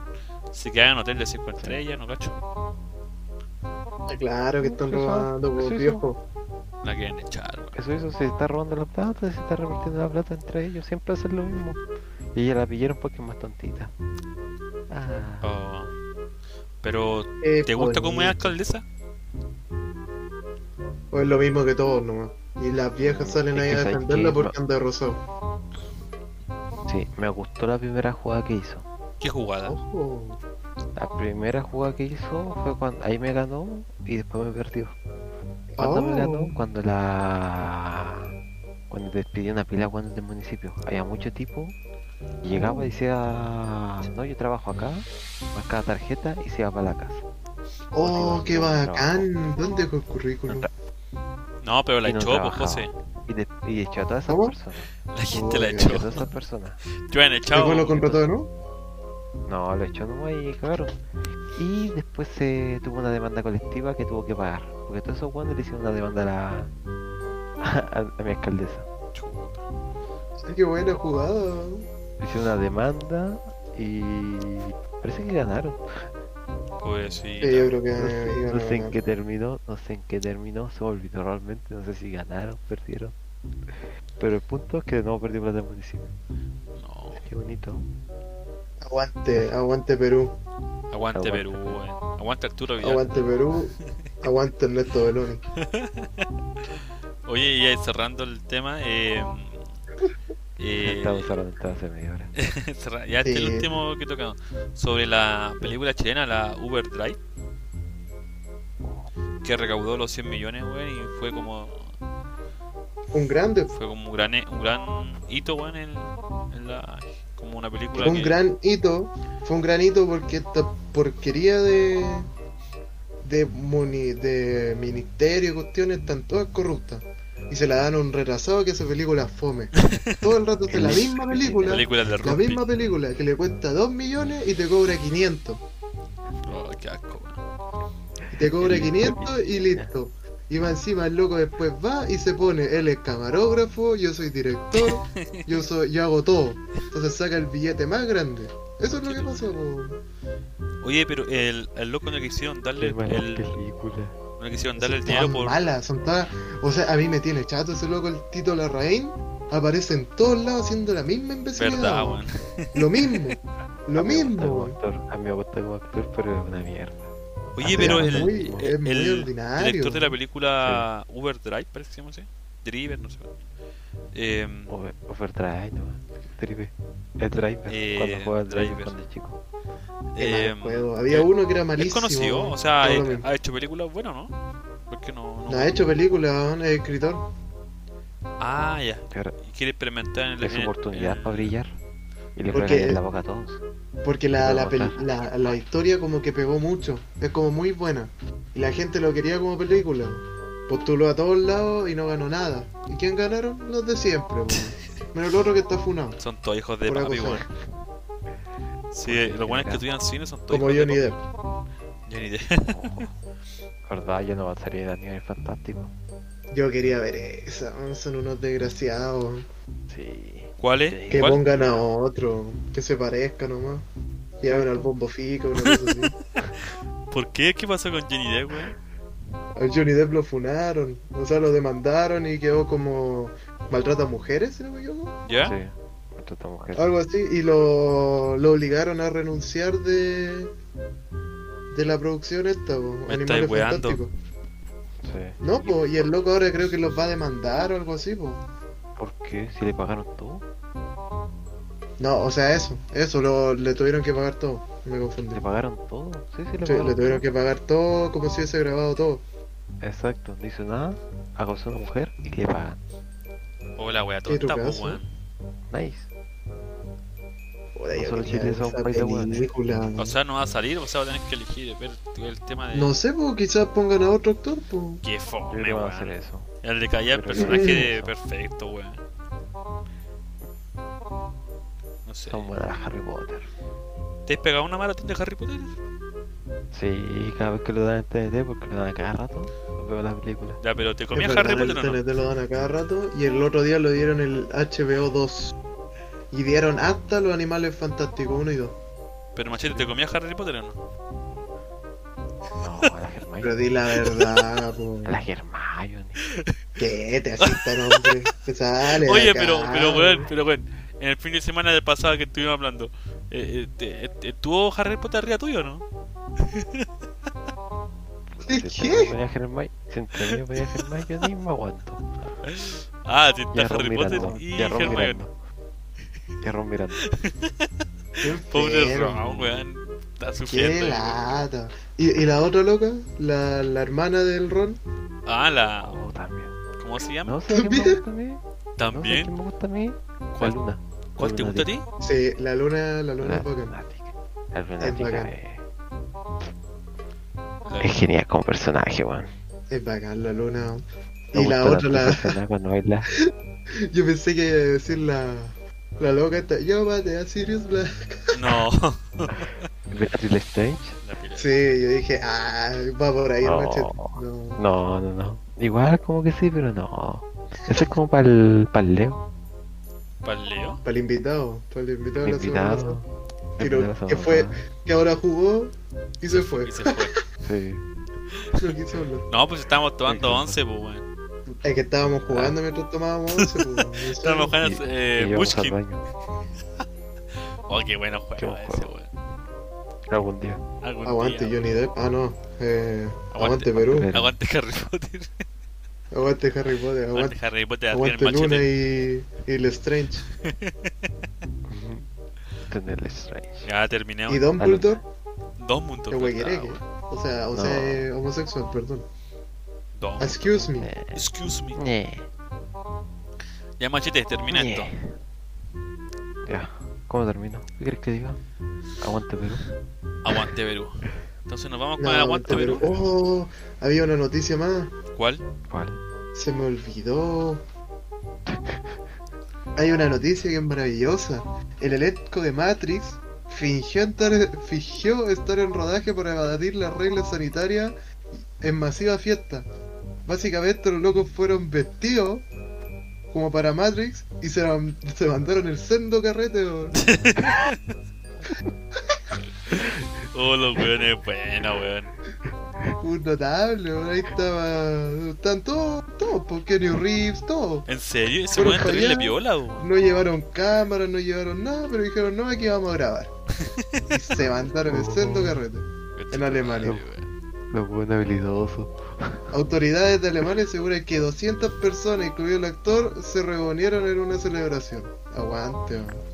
[SPEAKER 1] Se quedan en hotel de 5 estrellas, no cacho.
[SPEAKER 4] Claro que están
[SPEAKER 2] Sí, sí.
[SPEAKER 4] robando, po,
[SPEAKER 2] Sí, sí.
[SPEAKER 4] viejo.
[SPEAKER 1] La quieren echar, weón.
[SPEAKER 2] Eso, eso, se está robando la plata, se está repartiendo la plata entre ellos, siempre hacen lo mismo. Y ella la pillaron porque es más tontita. Ah,
[SPEAKER 1] Oh. Pero,
[SPEAKER 4] Eh,
[SPEAKER 1] ¿te gusta cómo es
[SPEAKER 4] bonito.
[SPEAKER 1] alcaldesa?
[SPEAKER 4] O es pues, lo mismo que todos nomás. Y las viejas salen
[SPEAKER 2] Es
[SPEAKER 4] ahí
[SPEAKER 2] que
[SPEAKER 4] a
[SPEAKER 2] sabes
[SPEAKER 4] defenderla
[SPEAKER 2] que-
[SPEAKER 4] porque anda rosado.
[SPEAKER 2] sí, me gustó la primera jugada que hizo.
[SPEAKER 1] ¿Qué
[SPEAKER 2] Ah.
[SPEAKER 4] Oh.
[SPEAKER 1] jugada?
[SPEAKER 4] Ojo.
[SPEAKER 2] La primera jugada que hizo fue cuando ahí me ganó y después me perdió. Cuando me ganó,
[SPEAKER 4] Oh.
[SPEAKER 2] cuando la. Cuando despidió una pila cuando del municipio. Había mucho tipo. y
[SPEAKER 4] Oh.
[SPEAKER 2] Llegaba y decía, no, yo trabajo acá, marcaba tarjeta y se iba para la casa.
[SPEAKER 4] Oh,
[SPEAKER 2] Motivando
[SPEAKER 4] qué
[SPEAKER 2] el
[SPEAKER 4] bacán. ¿Dónde dejó el currículum?
[SPEAKER 1] No, pero la
[SPEAKER 2] Y no
[SPEAKER 1] echó, pues,
[SPEAKER 2] trabajaba.
[SPEAKER 1] José.
[SPEAKER 2] Y, de- y echó a todas esas
[SPEAKER 4] ¿Cómo?
[SPEAKER 2] personas.
[SPEAKER 1] La gente
[SPEAKER 4] Oh,
[SPEAKER 1] la
[SPEAKER 4] ya.
[SPEAKER 1] echó.
[SPEAKER 2] Echó a todas esas personas.
[SPEAKER 1] Yo han
[SPEAKER 4] ¿Dejó lo
[SPEAKER 1] echado.
[SPEAKER 4] contratado, no?
[SPEAKER 2] No, lo echó nomás y cagaron. Y después se tuvo una demanda colectiva que tuvo que pagar. Porque todos esos guantes le hicieron una demanda a la. a, a mi alcaldesa.
[SPEAKER 1] Chuta.
[SPEAKER 4] Sí, qué buena jugada.
[SPEAKER 2] Le hicieron una demanda y. parece que ganaron.
[SPEAKER 1] Pobrecita.
[SPEAKER 4] Eh, Sí, yo creo que
[SPEAKER 2] No sé,
[SPEAKER 4] iban a
[SPEAKER 2] no sé en
[SPEAKER 4] ganar.
[SPEAKER 2] qué terminó, no sé en qué terminó, se me olvidó realmente, no sé si ganaron, perdieron. Pero el punto es que de nuevo perdimos la transmisión.
[SPEAKER 1] No.
[SPEAKER 2] Qué bonito.
[SPEAKER 4] Aguante, aguante Perú,
[SPEAKER 1] Aguante
[SPEAKER 2] Aguante.
[SPEAKER 1] Perú, weón. Aguante Arturo Vidal.
[SPEAKER 4] aguante Perú, aguante Ernesto Beloni.
[SPEAKER 1] Oye, y ya cerrando el tema, eh, eh,
[SPEAKER 2] Estamos hablando hace media hora.
[SPEAKER 1] cerra- ya este es el
[SPEAKER 4] Sí.
[SPEAKER 1] último que tocamos. Sobre la película chilena, la Uber Drive, que recaudó los 100 millones, weón, y fue como
[SPEAKER 4] Un grande,
[SPEAKER 1] fue como un gran, un gran hito, weón, en, en la, como una película.
[SPEAKER 4] fue un
[SPEAKER 1] que-
[SPEAKER 4] gran hito, fue un gran hito porque esta porquería de de, muni- de ministerio y cuestiones están todas corruptas. Y se la dan a un retrasado que esa película es fome. Todo el rato es la misma película,
[SPEAKER 1] película de
[SPEAKER 4] la
[SPEAKER 1] Rumpi.
[SPEAKER 4] misma película que le cuesta 2 millones y te cobra 500.
[SPEAKER 1] Oh, qué asco, weón.
[SPEAKER 4] Y te cobra 500 y listo. Y más encima el loco después va y se pone, él es camarógrafo, yo soy director, yo soy, yo hago todo. Entonces saca el billete más grande. Eso es lo que pasó. po.
[SPEAKER 1] Oye, pero el, el loco no quisieron darle
[SPEAKER 2] Qué mala
[SPEAKER 1] el,
[SPEAKER 2] película.
[SPEAKER 1] no quisieron darle el
[SPEAKER 4] Son
[SPEAKER 1] dinero
[SPEAKER 4] todas
[SPEAKER 1] por
[SPEAKER 4] malas, son todas. O sea, a mí me tiene chato ese loco el Tito Larraín. Aparece en todos lados haciendo la misma imbecilidad.
[SPEAKER 1] verdad,
[SPEAKER 4] po.
[SPEAKER 1] weón.
[SPEAKER 4] Lo mismo, lo
[SPEAKER 2] A mí me gusta como
[SPEAKER 4] mismo.
[SPEAKER 2] actor, a mí me gusta como actor, pero es una mierda.
[SPEAKER 1] Oye,
[SPEAKER 2] Ah,
[SPEAKER 1] pero
[SPEAKER 2] sí,
[SPEAKER 1] el,
[SPEAKER 2] es muy-
[SPEAKER 4] es muy
[SPEAKER 1] el
[SPEAKER 4] ordinario.
[SPEAKER 1] director de la película Uber Drive, parece que se llama así. Driver, no sé. Eh,
[SPEAKER 4] Oh,
[SPEAKER 2] Over- Overdrive, no. Drive. El driver.
[SPEAKER 1] Eh,
[SPEAKER 2] cuando juega el driver
[SPEAKER 1] driver.
[SPEAKER 2] cuando es chico.
[SPEAKER 4] Qué mal
[SPEAKER 1] eh,
[SPEAKER 4] juego. Había uno que era
[SPEAKER 1] es
[SPEAKER 4] malísimo.
[SPEAKER 1] conocido,
[SPEAKER 4] po.
[SPEAKER 1] o sea,
[SPEAKER 4] Todo
[SPEAKER 1] eh,
[SPEAKER 4] lo mismo.
[SPEAKER 1] ha hecho películas buenas, ¿no? Porque no, no-
[SPEAKER 4] No, ha hecho películas, es escritor.
[SPEAKER 1] Ah, ya.
[SPEAKER 2] Pero
[SPEAKER 1] Y quiere experimentar en el.
[SPEAKER 2] es su
[SPEAKER 1] en-
[SPEAKER 2] oportunidad
[SPEAKER 1] en-
[SPEAKER 2] para brillar. Y le
[SPEAKER 4] Porque-
[SPEAKER 2] juega en la boca a todos.
[SPEAKER 4] Porque la,
[SPEAKER 2] Me
[SPEAKER 4] la,
[SPEAKER 2] gusta.
[SPEAKER 4] pel- la- la historia como que pegó mucho, es como muy buena. Y la gente lo quería como película. Postuló a todos lados y no ganó nada. ¿Y quién ganaron? Los de siempre, po. menos el otro que está funado.
[SPEAKER 1] Son todos hijos de
[SPEAKER 4] Por
[SPEAKER 1] papi,
[SPEAKER 4] acosar.
[SPEAKER 1] weón. Sí, los buenos que estudian cine son todos
[SPEAKER 4] Como
[SPEAKER 1] hijos
[SPEAKER 4] Johnny
[SPEAKER 1] de
[SPEAKER 4] Depp.
[SPEAKER 1] papi. Johnny Depp.
[SPEAKER 2] ¿Verdad? Yo no va a salir Daniel Fantástico.
[SPEAKER 4] Yo quería ver esa, man, son unos desgraciados.
[SPEAKER 2] Sí.
[SPEAKER 1] ¿Cuál
[SPEAKER 2] Sí.
[SPEAKER 1] es?
[SPEAKER 4] Que
[SPEAKER 1] ¿Cuál?
[SPEAKER 4] pongan a otro, que se parezca nomás. Llamen al bombo fica, una cosa así.
[SPEAKER 1] ¿Por qué? ¿Qué pasó con Johnny Depp, weón?
[SPEAKER 4] Al Johnny Depp lo funaron, o sea, lo demandaron y quedó como maltrata a mujeres, si no me equivoco.
[SPEAKER 1] ¿Ya?
[SPEAKER 2] Sí. Contra esta mujer.
[SPEAKER 4] algo así, y lo, lo obligaron a renunciar de de la producción esta, po,
[SPEAKER 1] Me estáis weando.
[SPEAKER 2] Sí.
[SPEAKER 4] No, po, y el loco ahora creo que los va a demandar o algo así, po.
[SPEAKER 2] ¿Por qué? Si le pagaron todo.
[SPEAKER 4] No, o sea, eso, eso, lo, le tuvieron que pagar todo, me confundí.
[SPEAKER 2] Le pagaron todo. Sí, sí, le
[SPEAKER 4] Sí,
[SPEAKER 2] pagaron
[SPEAKER 4] le
[SPEAKER 2] todo.
[SPEAKER 4] tuvieron que pagar todo como si hubiese grabado todo.
[SPEAKER 2] Exacto. No hizo nada. Acosó a una mujer y le pagan.
[SPEAKER 1] Hola, weón,
[SPEAKER 4] ¿Qué tu
[SPEAKER 1] Oh, tonta, po,
[SPEAKER 4] caso?
[SPEAKER 1] weón.
[SPEAKER 2] Nice.
[SPEAKER 4] Joder, yo
[SPEAKER 2] Solo
[SPEAKER 4] quería
[SPEAKER 2] Chile
[SPEAKER 4] ver
[SPEAKER 2] son
[SPEAKER 4] esa
[SPEAKER 2] país de hueones.
[SPEAKER 4] película.
[SPEAKER 1] O sea, no va a salir, o sea, va a tener que elegir ver el tema de.
[SPEAKER 4] No sé, po, quizás pongan a otro actor, pues. po.
[SPEAKER 1] Qué
[SPEAKER 2] Yo creo
[SPEAKER 1] fome,
[SPEAKER 2] que van a
[SPEAKER 1] weón.
[SPEAKER 2] hacer eso.
[SPEAKER 1] El de Callar, el
[SPEAKER 2] Pero
[SPEAKER 1] personaje
[SPEAKER 4] sí.
[SPEAKER 1] de perfecto, weón. No sé.
[SPEAKER 2] Son buenas las Harry Potter.
[SPEAKER 1] ¿Te has pegado una maratón de Harry Potter?
[SPEAKER 2] Sí, cada vez que lo dan en TNT, porque lo dan a cada rato, lo veo la película.
[SPEAKER 1] Ya, pero ¿te comías
[SPEAKER 4] Es
[SPEAKER 1] Harry
[SPEAKER 4] verdad,
[SPEAKER 1] Potter o no?
[SPEAKER 4] El TNT lo dan a cada rato y el otro día lo dieron el HBO 2. Y dieron hasta los animales fantásticos 1 y 2.
[SPEAKER 1] Pero Machete, ¿te comías Harry Potter o no?
[SPEAKER 2] No, a la
[SPEAKER 4] Pero
[SPEAKER 2] Hermione.
[SPEAKER 4] di la verdad, po.
[SPEAKER 2] A la Hermione.
[SPEAKER 4] ¿Qué te asista, hombre? Te sale de
[SPEAKER 1] Oye,
[SPEAKER 4] acá,
[SPEAKER 1] pero, pero
[SPEAKER 4] po.
[SPEAKER 1] weón, pero weón. En el fin de semana del pasado que estuvimos hablando, eh, eh, te- eh, ¿estuvo Harry Potter arriba tuyo o no?
[SPEAKER 4] ¿Qué?
[SPEAKER 2] Si entre mí ponía Hermione, si entre mí ponía Hermione, yo ni me aguanto.
[SPEAKER 1] Ah, sí,
[SPEAKER 2] Ya
[SPEAKER 1] está
[SPEAKER 2] Ron
[SPEAKER 1] Harry Potter
[SPEAKER 2] Miranda.
[SPEAKER 1] y
[SPEAKER 2] Ya Ron
[SPEAKER 1] Hermione.
[SPEAKER 2] Miranda. Ya Ron Miranda.
[SPEAKER 4] Qué
[SPEAKER 1] Pobre
[SPEAKER 4] enfermo,
[SPEAKER 1] Ron, weón. Está
[SPEAKER 4] Qué
[SPEAKER 1] sufriendo.
[SPEAKER 4] lata. ¿Y, y la otra loca? ¿La, la hermana del Ron?
[SPEAKER 1] Ah, la.
[SPEAKER 2] Oh, también.
[SPEAKER 1] ¿Cómo se llama?
[SPEAKER 2] No sé quién me gusta a mí. No sé
[SPEAKER 1] También.
[SPEAKER 2] quién me gusta a mí. La
[SPEAKER 1] ¿Cuál,
[SPEAKER 2] luna.
[SPEAKER 1] cuál te gusta a ti?
[SPEAKER 4] Sí, la luna, la luna
[SPEAKER 2] La
[SPEAKER 4] es bacán.
[SPEAKER 2] lunática. La
[SPEAKER 4] bacán.
[SPEAKER 2] lunática es-
[SPEAKER 1] La-
[SPEAKER 2] es genial como personaje, weón.
[SPEAKER 4] Es bacán la luna.
[SPEAKER 2] Me
[SPEAKER 4] Y la
[SPEAKER 2] gusta
[SPEAKER 4] otra,
[SPEAKER 2] tanto
[SPEAKER 4] la,
[SPEAKER 2] esa escena Cuando baila.
[SPEAKER 4] yo pensé que iba a decir la, la loca esta. Yo maté a Sirius Black.
[SPEAKER 1] No.
[SPEAKER 2] Beatrice Stage.
[SPEAKER 1] La pila.
[SPEAKER 4] Sí, yo dije, ah, va por ahí el
[SPEAKER 2] No.
[SPEAKER 4] machete. No.
[SPEAKER 2] No, no, no. Igual como que sí, pero no. Eso es como para el Leo,
[SPEAKER 1] ¿Paleo?
[SPEAKER 4] Para el invitado, para el invitado
[SPEAKER 2] el
[SPEAKER 4] de la semana
[SPEAKER 2] invitado.
[SPEAKER 4] pasada. Pero
[SPEAKER 2] Eso,
[SPEAKER 4] que fue, que ahora jugó y se fue.
[SPEAKER 1] Y se fue.
[SPEAKER 2] Sí.
[SPEAKER 4] No quiso hablar.
[SPEAKER 1] No, pues estábamos tomando 11, pues, weón.
[SPEAKER 4] Es que estábamos jugando
[SPEAKER 2] Ah.
[SPEAKER 4] mientras tomábamos once, pues, weón. Eso-
[SPEAKER 1] Estábamos
[SPEAKER 2] Y-
[SPEAKER 1] jugando
[SPEAKER 2] y
[SPEAKER 1] eh,
[SPEAKER 2] íbamos al
[SPEAKER 1] Bushkin.
[SPEAKER 2] baño.
[SPEAKER 1] Oh, qué bueno
[SPEAKER 2] Qué
[SPEAKER 1] juego
[SPEAKER 2] buen
[SPEAKER 1] ese,
[SPEAKER 2] juego.
[SPEAKER 1] weón.
[SPEAKER 2] Algún día.
[SPEAKER 1] Algún
[SPEAKER 4] Aguante
[SPEAKER 1] día.
[SPEAKER 4] Johnny Depp. Ah, no. Eh,
[SPEAKER 1] Aguante-
[SPEAKER 4] aguante, Perú.
[SPEAKER 2] Perú.
[SPEAKER 1] Aguante Harry Potter.
[SPEAKER 4] Aguante Harry Potter. Aguante,
[SPEAKER 1] Aguante Harry Potter. Adrián
[SPEAKER 4] aguante
[SPEAKER 1] Machete.
[SPEAKER 4] Luna y, y Lestrange.
[SPEAKER 2] Tener strange.
[SPEAKER 1] Ya terminamos.
[SPEAKER 4] Y Dumbledore,
[SPEAKER 1] Dos pues, mundos.
[SPEAKER 4] que eh. huequereque. O sea, o sea,
[SPEAKER 2] No.
[SPEAKER 4] eh, homosexual, perdón.
[SPEAKER 1] Dos.
[SPEAKER 4] Excuse me.
[SPEAKER 2] Eh,
[SPEAKER 1] Excuse me.
[SPEAKER 2] eh,
[SPEAKER 1] Ya machete, termina
[SPEAKER 2] eh.
[SPEAKER 1] esto.
[SPEAKER 2] Ya. ¿Cómo termino? ¿Qué crees que diga? Aguante Perú.
[SPEAKER 1] Aguante Perú. Entonces nos vamos
[SPEAKER 4] No,
[SPEAKER 1] con el aguante Perú.
[SPEAKER 4] Oh, había una noticia más.
[SPEAKER 1] ¿Cuál?
[SPEAKER 2] ¿Cuál?
[SPEAKER 4] Se me olvidó. Hay una noticia que es maravillosa. El elenco de Matrix fingió estar, fingió estar en rodaje para evadir las reglas sanitarias en masiva fiesta. Básicamente los locos fueron vestidos como para Matrix y se, man- se mandaron el sendo carrete. weón.
[SPEAKER 1] Oh, los weones, bueno, weón.
[SPEAKER 4] Un notable, weón. ahí estaba... Están todos, todos, porque New Reeves, todos.
[SPEAKER 1] ¿En serio? ¿Ese
[SPEAKER 4] Pero
[SPEAKER 1] weón terrible
[SPEAKER 4] todavía-
[SPEAKER 1] piola, weón?
[SPEAKER 4] No llevaron cámara, no llevaron nada, pero dijeron, no, aquí vamos a grabar. Y se mandaron el sendo carrete. En Alemania.
[SPEAKER 2] Lo bueno habilidoso.
[SPEAKER 4] Autoridades de Alemania aseguran que 200 personas, incluido el actor, se reunieron en una celebración. Aguante, weón.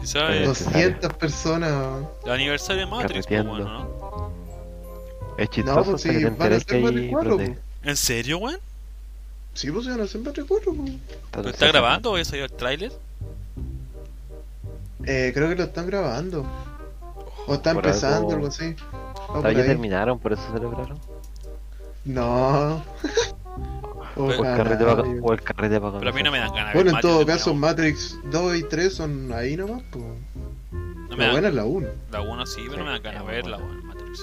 [SPEAKER 1] Quizás
[SPEAKER 2] Dos. necesario.
[SPEAKER 4] 200 personas. weón.
[SPEAKER 1] el aniversario de Matrix, pues,
[SPEAKER 2] Carreteando.
[SPEAKER 1] weón, ¿no?
[SPEAKER 2] Es chistoso
[SPEAKER 4] No, pues
[SPEAKER 2] hasta que
[SPEAKER 4] sí,
[SPEAKER 2] te
[SPEAKER 4] van a
[SPEAKER 2] enteras que
[SPEAKER 4] ser Matrix
[SPEAKER 2] hay
[SPEAKER 4] 4.
[SPEAKER 2] prote-
[SPEAKER 4] po.
[SPEAKER 1] ¿En serio, weón?
[SPEAKER 4] Sí, pues iban a hacer Matrix 4. po.
[SPEAKER 1] ¿Lo
[SPEAKER 2] tanto
[SPEAKER 1] está
[SPEAKER 2] se-
[SPEAKER 1] grabando o ya salió el tráiler?
[SPEAKER 4] Eh, creo que lo están grabando. O está
[SPEAKER 2] Por
[SPEAKER 4] empezando,
[SPEAKER 2] algo-
[SPEAKER 4] algo, así. Va por
[SPEAKER 2] Ah, ya
[SPEAKER 4] ahí.
[SPEAKER 2] terminaron, por eso celebraron.
[SPEAKER 4] No.
[SPEAKER 2] O el
[SPEAKER 4] Ojalá,
[SPEAKER 2] carrete va
[SPEAKER 4] yo-
[SPEAKER 2] o el carrete va
[SPEAKER 1] Pero a mí no me dan ganas de
[SPEAKER 4] Bueno,
[SPEAKER 1] ver
[SPEAKER 4] en todo
[SPEAKER 1] Matrix,
[SPEAKER 4] caso,
[SPEAKER 1] no,
[SPEAKER 4] Matrix 2 y 3 son ahí nomás. po.
[SPEAKER 1] no me
[SPEAKER 4] La
[SPEAKER 1] dan,
[SPEAKER 4] buena es la 1.
[SPEAKER 1] la 1 sí, pero no me dan ganas de
[SPEAKER 2] Sí,
[SPEAKER 1] verla,
[SPEAKER 2] bueno.
[SPEAKER 1] weón, Matrix.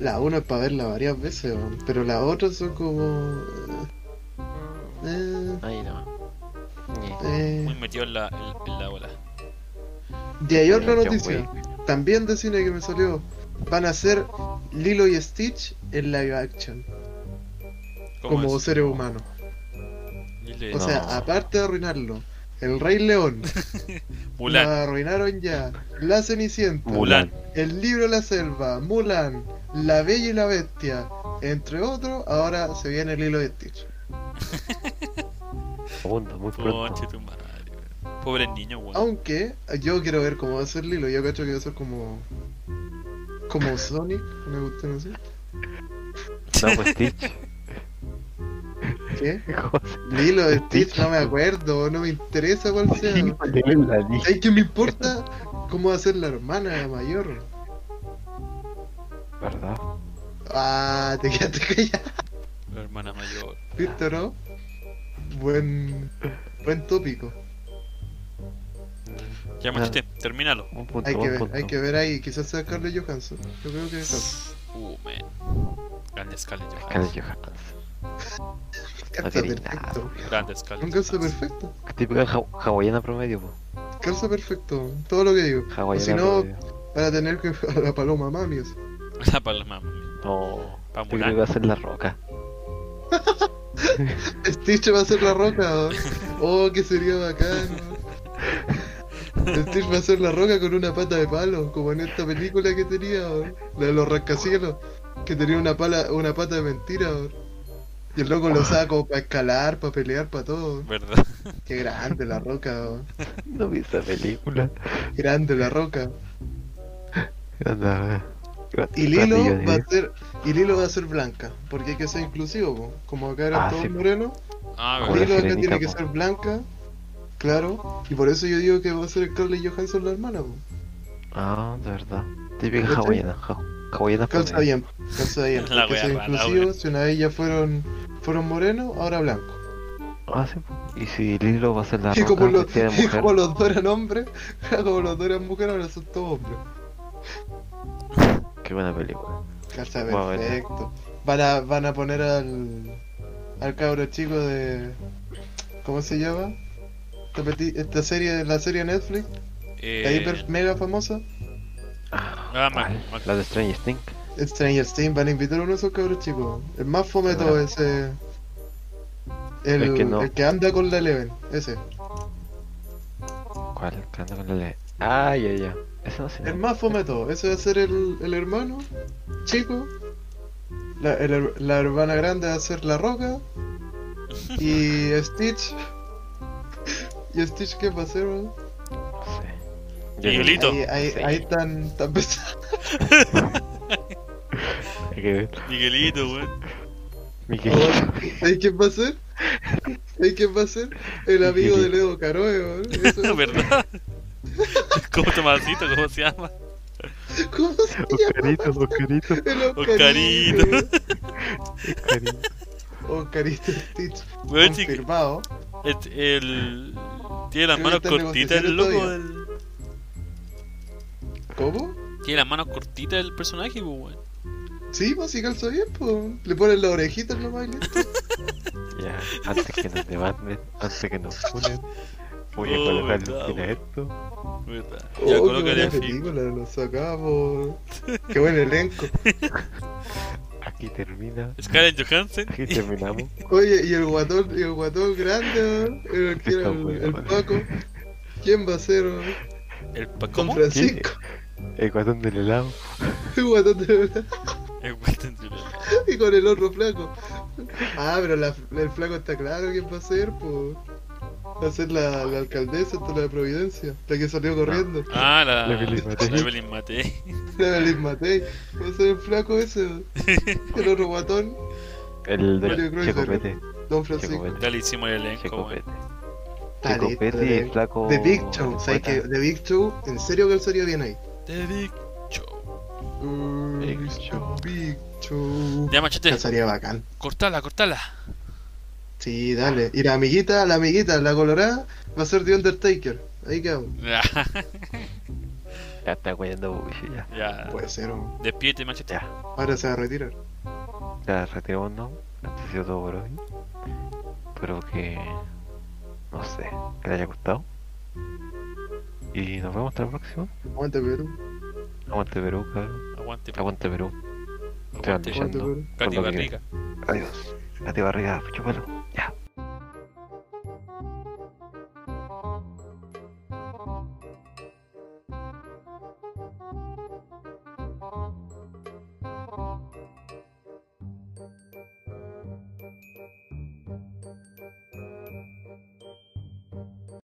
[SPEAKER 4] La 1 es para verla varias veces, weón, pero las otras son como. eh,
[SPEAKER 2] Ahí no. Ñe.
[SPEAKER 1] Muy
[SPEAKER 4] eh.
[SPEAKER 1] metido en la, en, en la bola.
[SPEAKER 4] Y hay otra
[SPEAKER 2] John
[SPEAKER 4] noticia, también de cine que me salió. Van a hacer Lilo y Stitch en live action,
[SPEAKER 1] ¿Cómo
[SPEAKER 4] como
[SPEAKER 1] es?
[SPEAKER 4] seres humanos.
[SPEAKER 1] Dile,
[SPEAKER 4] O sea,
[SPEAKER 2] No.
[SPEAKER 4] aparte de arruinarlo, el Rey León,
[SPEAKER 1] Mulan.
[SPEAKER 4] la arruinaron ya. La Cenicienta,
[SPEAKER 1] Mulan.
[SPEAKER 4] El libro La Selva, Mulan, La Bella y la Bestia, entre otros, ahora se viene Lilo y Stitch.
[SPEAKER 2] Segundo, muy pronto.
[SPEAKER 1] Conche tu madre, weón. Pobre niño, weón.
[SPEAKER 4] Aunque yo quiero ver cómo va a ser Lilo, yo cacho que va a ser como. como Sonic, me gusta no sé.
[SPEAKER 2] No, pues Stitch.
[SPEAKER 4] ¿Qué?
[SPEAKER 2] Cosa.
[SPEAKER 4] Lilo de Stitch, no me acuerdo, no me interesa cuál sea.
[SPEAKER 2] pues, La niña.
[SPEAKER 4] ¿Sabes qué me importa? ¿Cómo va a ser la hermana mayor?
[SPEAKER 2] ¿Verdad?
[SPEAKER 4] Ah, te quedaste callado,
[SPEAKER 1] La hermana mayor.
[SPEAKER 4] ¿viste no? Buen. buen tópico.
[SPEAKER 1] Ya, machete,
[SPEAKER 2] Ah.
[SPEAKER 1] termínalo.
[SPEAKER 2] Un punto,
[SPEAKER 4] Hay que
[SPEAKER 2] un
[SPEAKER 4] ver,
[SPEAKER 2] punto.
[SPEAKER 4] hay que ver ahí, quizás sea Carlos Johansson. Yo creo que es Scarlett.
[SPEAKER 1] Uh, man. Grande Scarlett
[SPEAKER 2] Scarlett
[SPEAKER 1] Johansson.
[SPEAKER 2] Johansson.
[SPEAKER 4] Calza
[SPEAKER 2] No tiene nada.
[SPEAKER 4] perfecto.
[SPEAKER 1] Grande Scarlett
[SPEAKER 4] Un calza
[SPEAKER 1] Johansson.
[SPEAKER 4] perfecto.
[SPEAKER 2] Típica ja- hawaiana promedio, po.
[SPEAKER 4] Calza perfecto. Todo lo que digo. O
[SPEAKER 2] Hawaiana
[SPEAKER 4] si no,
[SPEAKER 2] promedio.
[SPEAKER 4] para tener que a la paloma mami. o sea.
[SPEAKER 1] La palma, mami.
[SPEAKER 2] No.
[SPEAKER 1] Pa'
[SPEAKER 2] Yo creo
[SPEAKER 1] Mulan.
[SPEAKER 2] que va a ser la roca.
[SPEAKER 4] Stitch va a ser la roca. Oh, oh, que sería bacano. Stitch va a ser la roca con una pata de palo, como en esta película que tenía, oh, la de los rascacielos, que tenía una pala, una pata de mentira. oh. Y el loco lo usaba como para escalar, para pelear, para todo.
[SPEAKER 1] ¿Verdad?
[SPEAKER 4] Qué grande la roca, oh.
[SPEAKER 2] No vi esa película.
[SPEAKER 4] grande la roca.
[SPEAKER 2] Anda, eh.
[SPEAKER 4] Y Lilo
[SPEAKER 2] Platillo de-
[SPEAKER 4] va a ser y Lilo va a ser blanca, porque hay que ser inclusivo, po. como acá eran
[SPEAKER 2] Ah,
[SPEAKER 4] todos
[SPEAKER 2] sí, po.
[SPEAKER 4] morenos,
[SPEAKER 1] Ah, verdad.
[SPEAKER 2] Como la
[SPEAKER 4] Lilo acá
[SPEAKER 2] sirenita,
[SPEAKER 4] tiene que
[SPEAKER 2] po.
[SPEAKER 4] ser blanca, claro, y por eso yo digo que va a ser Carly Johansson la hermana, po.
[SPEAKER 2] Ah, de verdad. Típica
[SPEAKER 4] ¿Cachai?
[SPEAKER 2] hawaiana. ja- Hawaiana
[SPEAKER 4] calza
[SPEAKER 2] promedio.
[SPEAKER 4] bien, calza bien,
[SPEAKER 1] La
[SPEAKER 4] hay que
[SPEAKER 1] wea
[SPEAKER 4] ser
[SPEAKER 1] rara, wea.
[SPEAKER 4] inclusivos, si una vez ya fueron, fueron morenos, ahora blanco.
[SPEAKER 2] Ah, sí, po. Y si Lilo va a ser la
[SPEAKER 4] Y
[SPEAKER 2] roca
[SPEAKER 4] como, los,
[SPEAKER 2] vestida de
[SPEAKER 4] y
[SPEAKER 2] mujer.
[SPEAKER 4] como los dos eran hombres, como los dos eran mujeres, ahora son todos hombres.
[SPEAKER 2] Qué buena película.
[SPEAKER 4] Calza
[SPEAKER 2] Vamos a ver.
[SPEAKER 4] perfecto. Van a, van a poner al, al cabro chico de. ¿Cómo se llama? Esta, peti- esta serie, la serie Netflix. La
[SPEAKER 1] Eh,
[SPEAKER 4] hiper mega famosa.
[SPEAKER 1] ah, Mac-
[SPEAKER 2] ¿Cuál?
[SPEAKER 1] Mac-
[SPEAKER 2] La de Stranger Things.
[SPEAKER 4] Stranger Things van a invitar a uno de esos cabros chicos. El más fome de todo ese. El,
[SPEAKER 2] Ah. Es que no.
[SPEAKER 4] el que anda con la Eleven, ese.
[SPEAKER 2] ¿Cuál? ¿Cuál anda con la le- Ah, ya, ya. Ese no sé.
[SPEAKER 4] El más fome de todo. Ese va a ser el, el hermano chico. La, el her- la hermana grande va a ser la roca. Y Stitch. ¿Y Stitch qué va a ser, weón?
[SPEAKER 2] No sé.
[SPEAKER 1] Y
[SPEAKER 2] creo-
[SPEAKER 1] Lito.
[SPEAKER 4] Ahí, ahí,
[SPEAKER 2] Sí.
[SPEAKER 4] ahí están tan pesados.
[SPEAKER 2] creo que-
[SPEAKER 1] Miguelito, weón.
[SPEAKER 2] Miguel.
[SPEAKER 4] ¿Ahí quién va a ser? ¿Ahí quién va a ser? El amigo de Leo Caroe, weón. Eso-
[SPEAKER 1] ¿Verdad? ¿Cómo Tomasito? ¿Cómo se llama?
[SPEAKER 4] ¿Cómo se llama?
[SPEAKER 2] Oscarito, Oscarito,
[SPEAKER 4] El
[SPEAKER 1] Oscarito.
[SPEAKER 2] Oscarito.
[SPEAKER 4] Oscarito Stitch.
[SPEAKER 1] Weón, sí,
[SPEAKER 4] confirmado.
[SPEAKER 1] et- el... Tiene las
[SPEAKER 4] Creo
[SPEAKER 1] manos
[SPEAKER 4] que está
[SPEAKER 1] cortitas el
[SPEAKER 4] negociando
[SPEAKER 1] loco.
[SPEAKER 4] todavía.
[SPEAKER 1] del-
[SPEAKER 4] ¿Cómo?
[SPEAKER 1] Tiene las manos cortitas el personaje, pues, weón.
[SPEAKER 4] Sí, pues sí calza bien, pues. Le ponen la orejita nomás. y listo.
[SPEAKER 2] Ya, antes que nos demanden, antes que nos funen, voy a
[SPEAKER 1] Oh,
[SPEAKER 2] colocar
[SPEAKER 1] verdad,
[SPEAKER 2] fin a
[SPEAKER 1] weón.
[SPEAKER 2] esto.
[SPEAKER 1] ¿Verdad?
[SPEAKER 4] Oh,
[SPEAKER 1] Ya
[SPEAKER 4] qué
[SPEAKER 1] colócale
[SPEAKER 4] buena
[SPEAKER 1] así.
[SPEAKER 4] película, lo sacamos. Qué buen elenco.
[SPEAKER 2] Aquí termina,
[SPEAKER 1] Scarlett Johansson.
[SPEAKER 2] aquí terminamos.
[SPEAKER 4] Oye, y el guatón, y el guatón grande, ¿no? el que era
[SPEAKER 2] Está
[SPEAKER 4] el,
[SPEAKER 2] bueno,
[SPEAKER 4] el
[SPEAKER 2] vale.
[SPEAKER 4] Paco. ¿Quién va a ser? ¿no?
[SPEAKER 1] El pa-
[SPEAKER 4] Don
[SPEAKER 1] ¿Cómo?
[SPEAKER 4] Francisco.
[SPEAKER 2] El guatón del helado.
[SPEAKER 4] El guatón de verdad.
[SPEAKER 1] El Winston Churchill.
[SPEAKER 4] Y con el otro flaco. Ah, pero la- el flaco está claro quién va a ser, pues. Va a ser la, la alcaldesa, esta, la de Providencia, la que salió corriendo.
[SPEAKER 1] Ah, la.
[SPEAKER 2] La Evelyn Matei.
[SPEAKER 1] la Evelyn Matei.
[SPEAKER 4] La Belén Matei. Va a ser el flaco ese, ¿no? el otro guatón,
[SPEAKER 2] El
[SPEAKER 4] Mario
[SPEAKER 2] del
[SPEAKER 4] Kruiser.
[SPEAKER 2] Checopete.
[SPEAKER 4] Don Francisco.
[SPEAKER 2] Checopete.
[SPEAKER 1] Ya le hicimos el elenco, weón.
[SPEAKER 2] Checopete.
[SPEAKER 4] Está listo, eh.
[SPEAKER 2] Checopete y
[SPEAKER 4] de-
[SPEAKER 2] el flaco.
[SPEAKER 4] The Big Show, ¿sabes
[SPEAKER 2] poeta.
[SPEAKER 4] que The Big Show, en serio que él sería bien ahí.
[SPEAKER 1] The Big Show.
[SPEAKER 4] Big
[SPEAKER 2] Show.
[SPEAKER 4] Mm, Big Show.
[SPEAKER 1] Ya, machete.
[SPEAKER 4] Que Sería bacán.
[SPEAKER 1] Cortala, cortala.
[SPEAKER 4] Sí, dale. Y la amiguita, la amiguita, la colorada, va a ser The Undertaker. Ahí quedamos.
[SPEAKER 2] Ya está guayando Bubicho, ya.
[SPEAKER 1] ya.
[SPEAKER 4] Puede ser, hombre.
[SPEAKER 1] Despídete, machete.
[SPEAKER 2] Ya,
[SPEAKER 4] ahora se va a retirar.
[SPEAKER 2] ya retiramos, ¿no? Esto ha sido todo por hoy. Espero que. No sé, que le haya gustado. Y nos vemos hasta la próxima.
[SPEAKER 4] Aguante, Perú.
[SPEAKER 2] Aguante Perú, cabrón.
[SPEAKER 1] Aguante,
[SPEAKER 2] Aguante Perú. Te van
[SPEAKER 1] aguante.
[SPEAKER 4] Aguante,
[SPEAKER 2] luchando.
[SPEAKER 4] Perú.
[SPEAKER 1] Katy
[SPEAKER 2] Cuando
[SPEAKER 1] Barriga.
[SPEAKER 2] Adiós. Katy Barriga, chúpalo.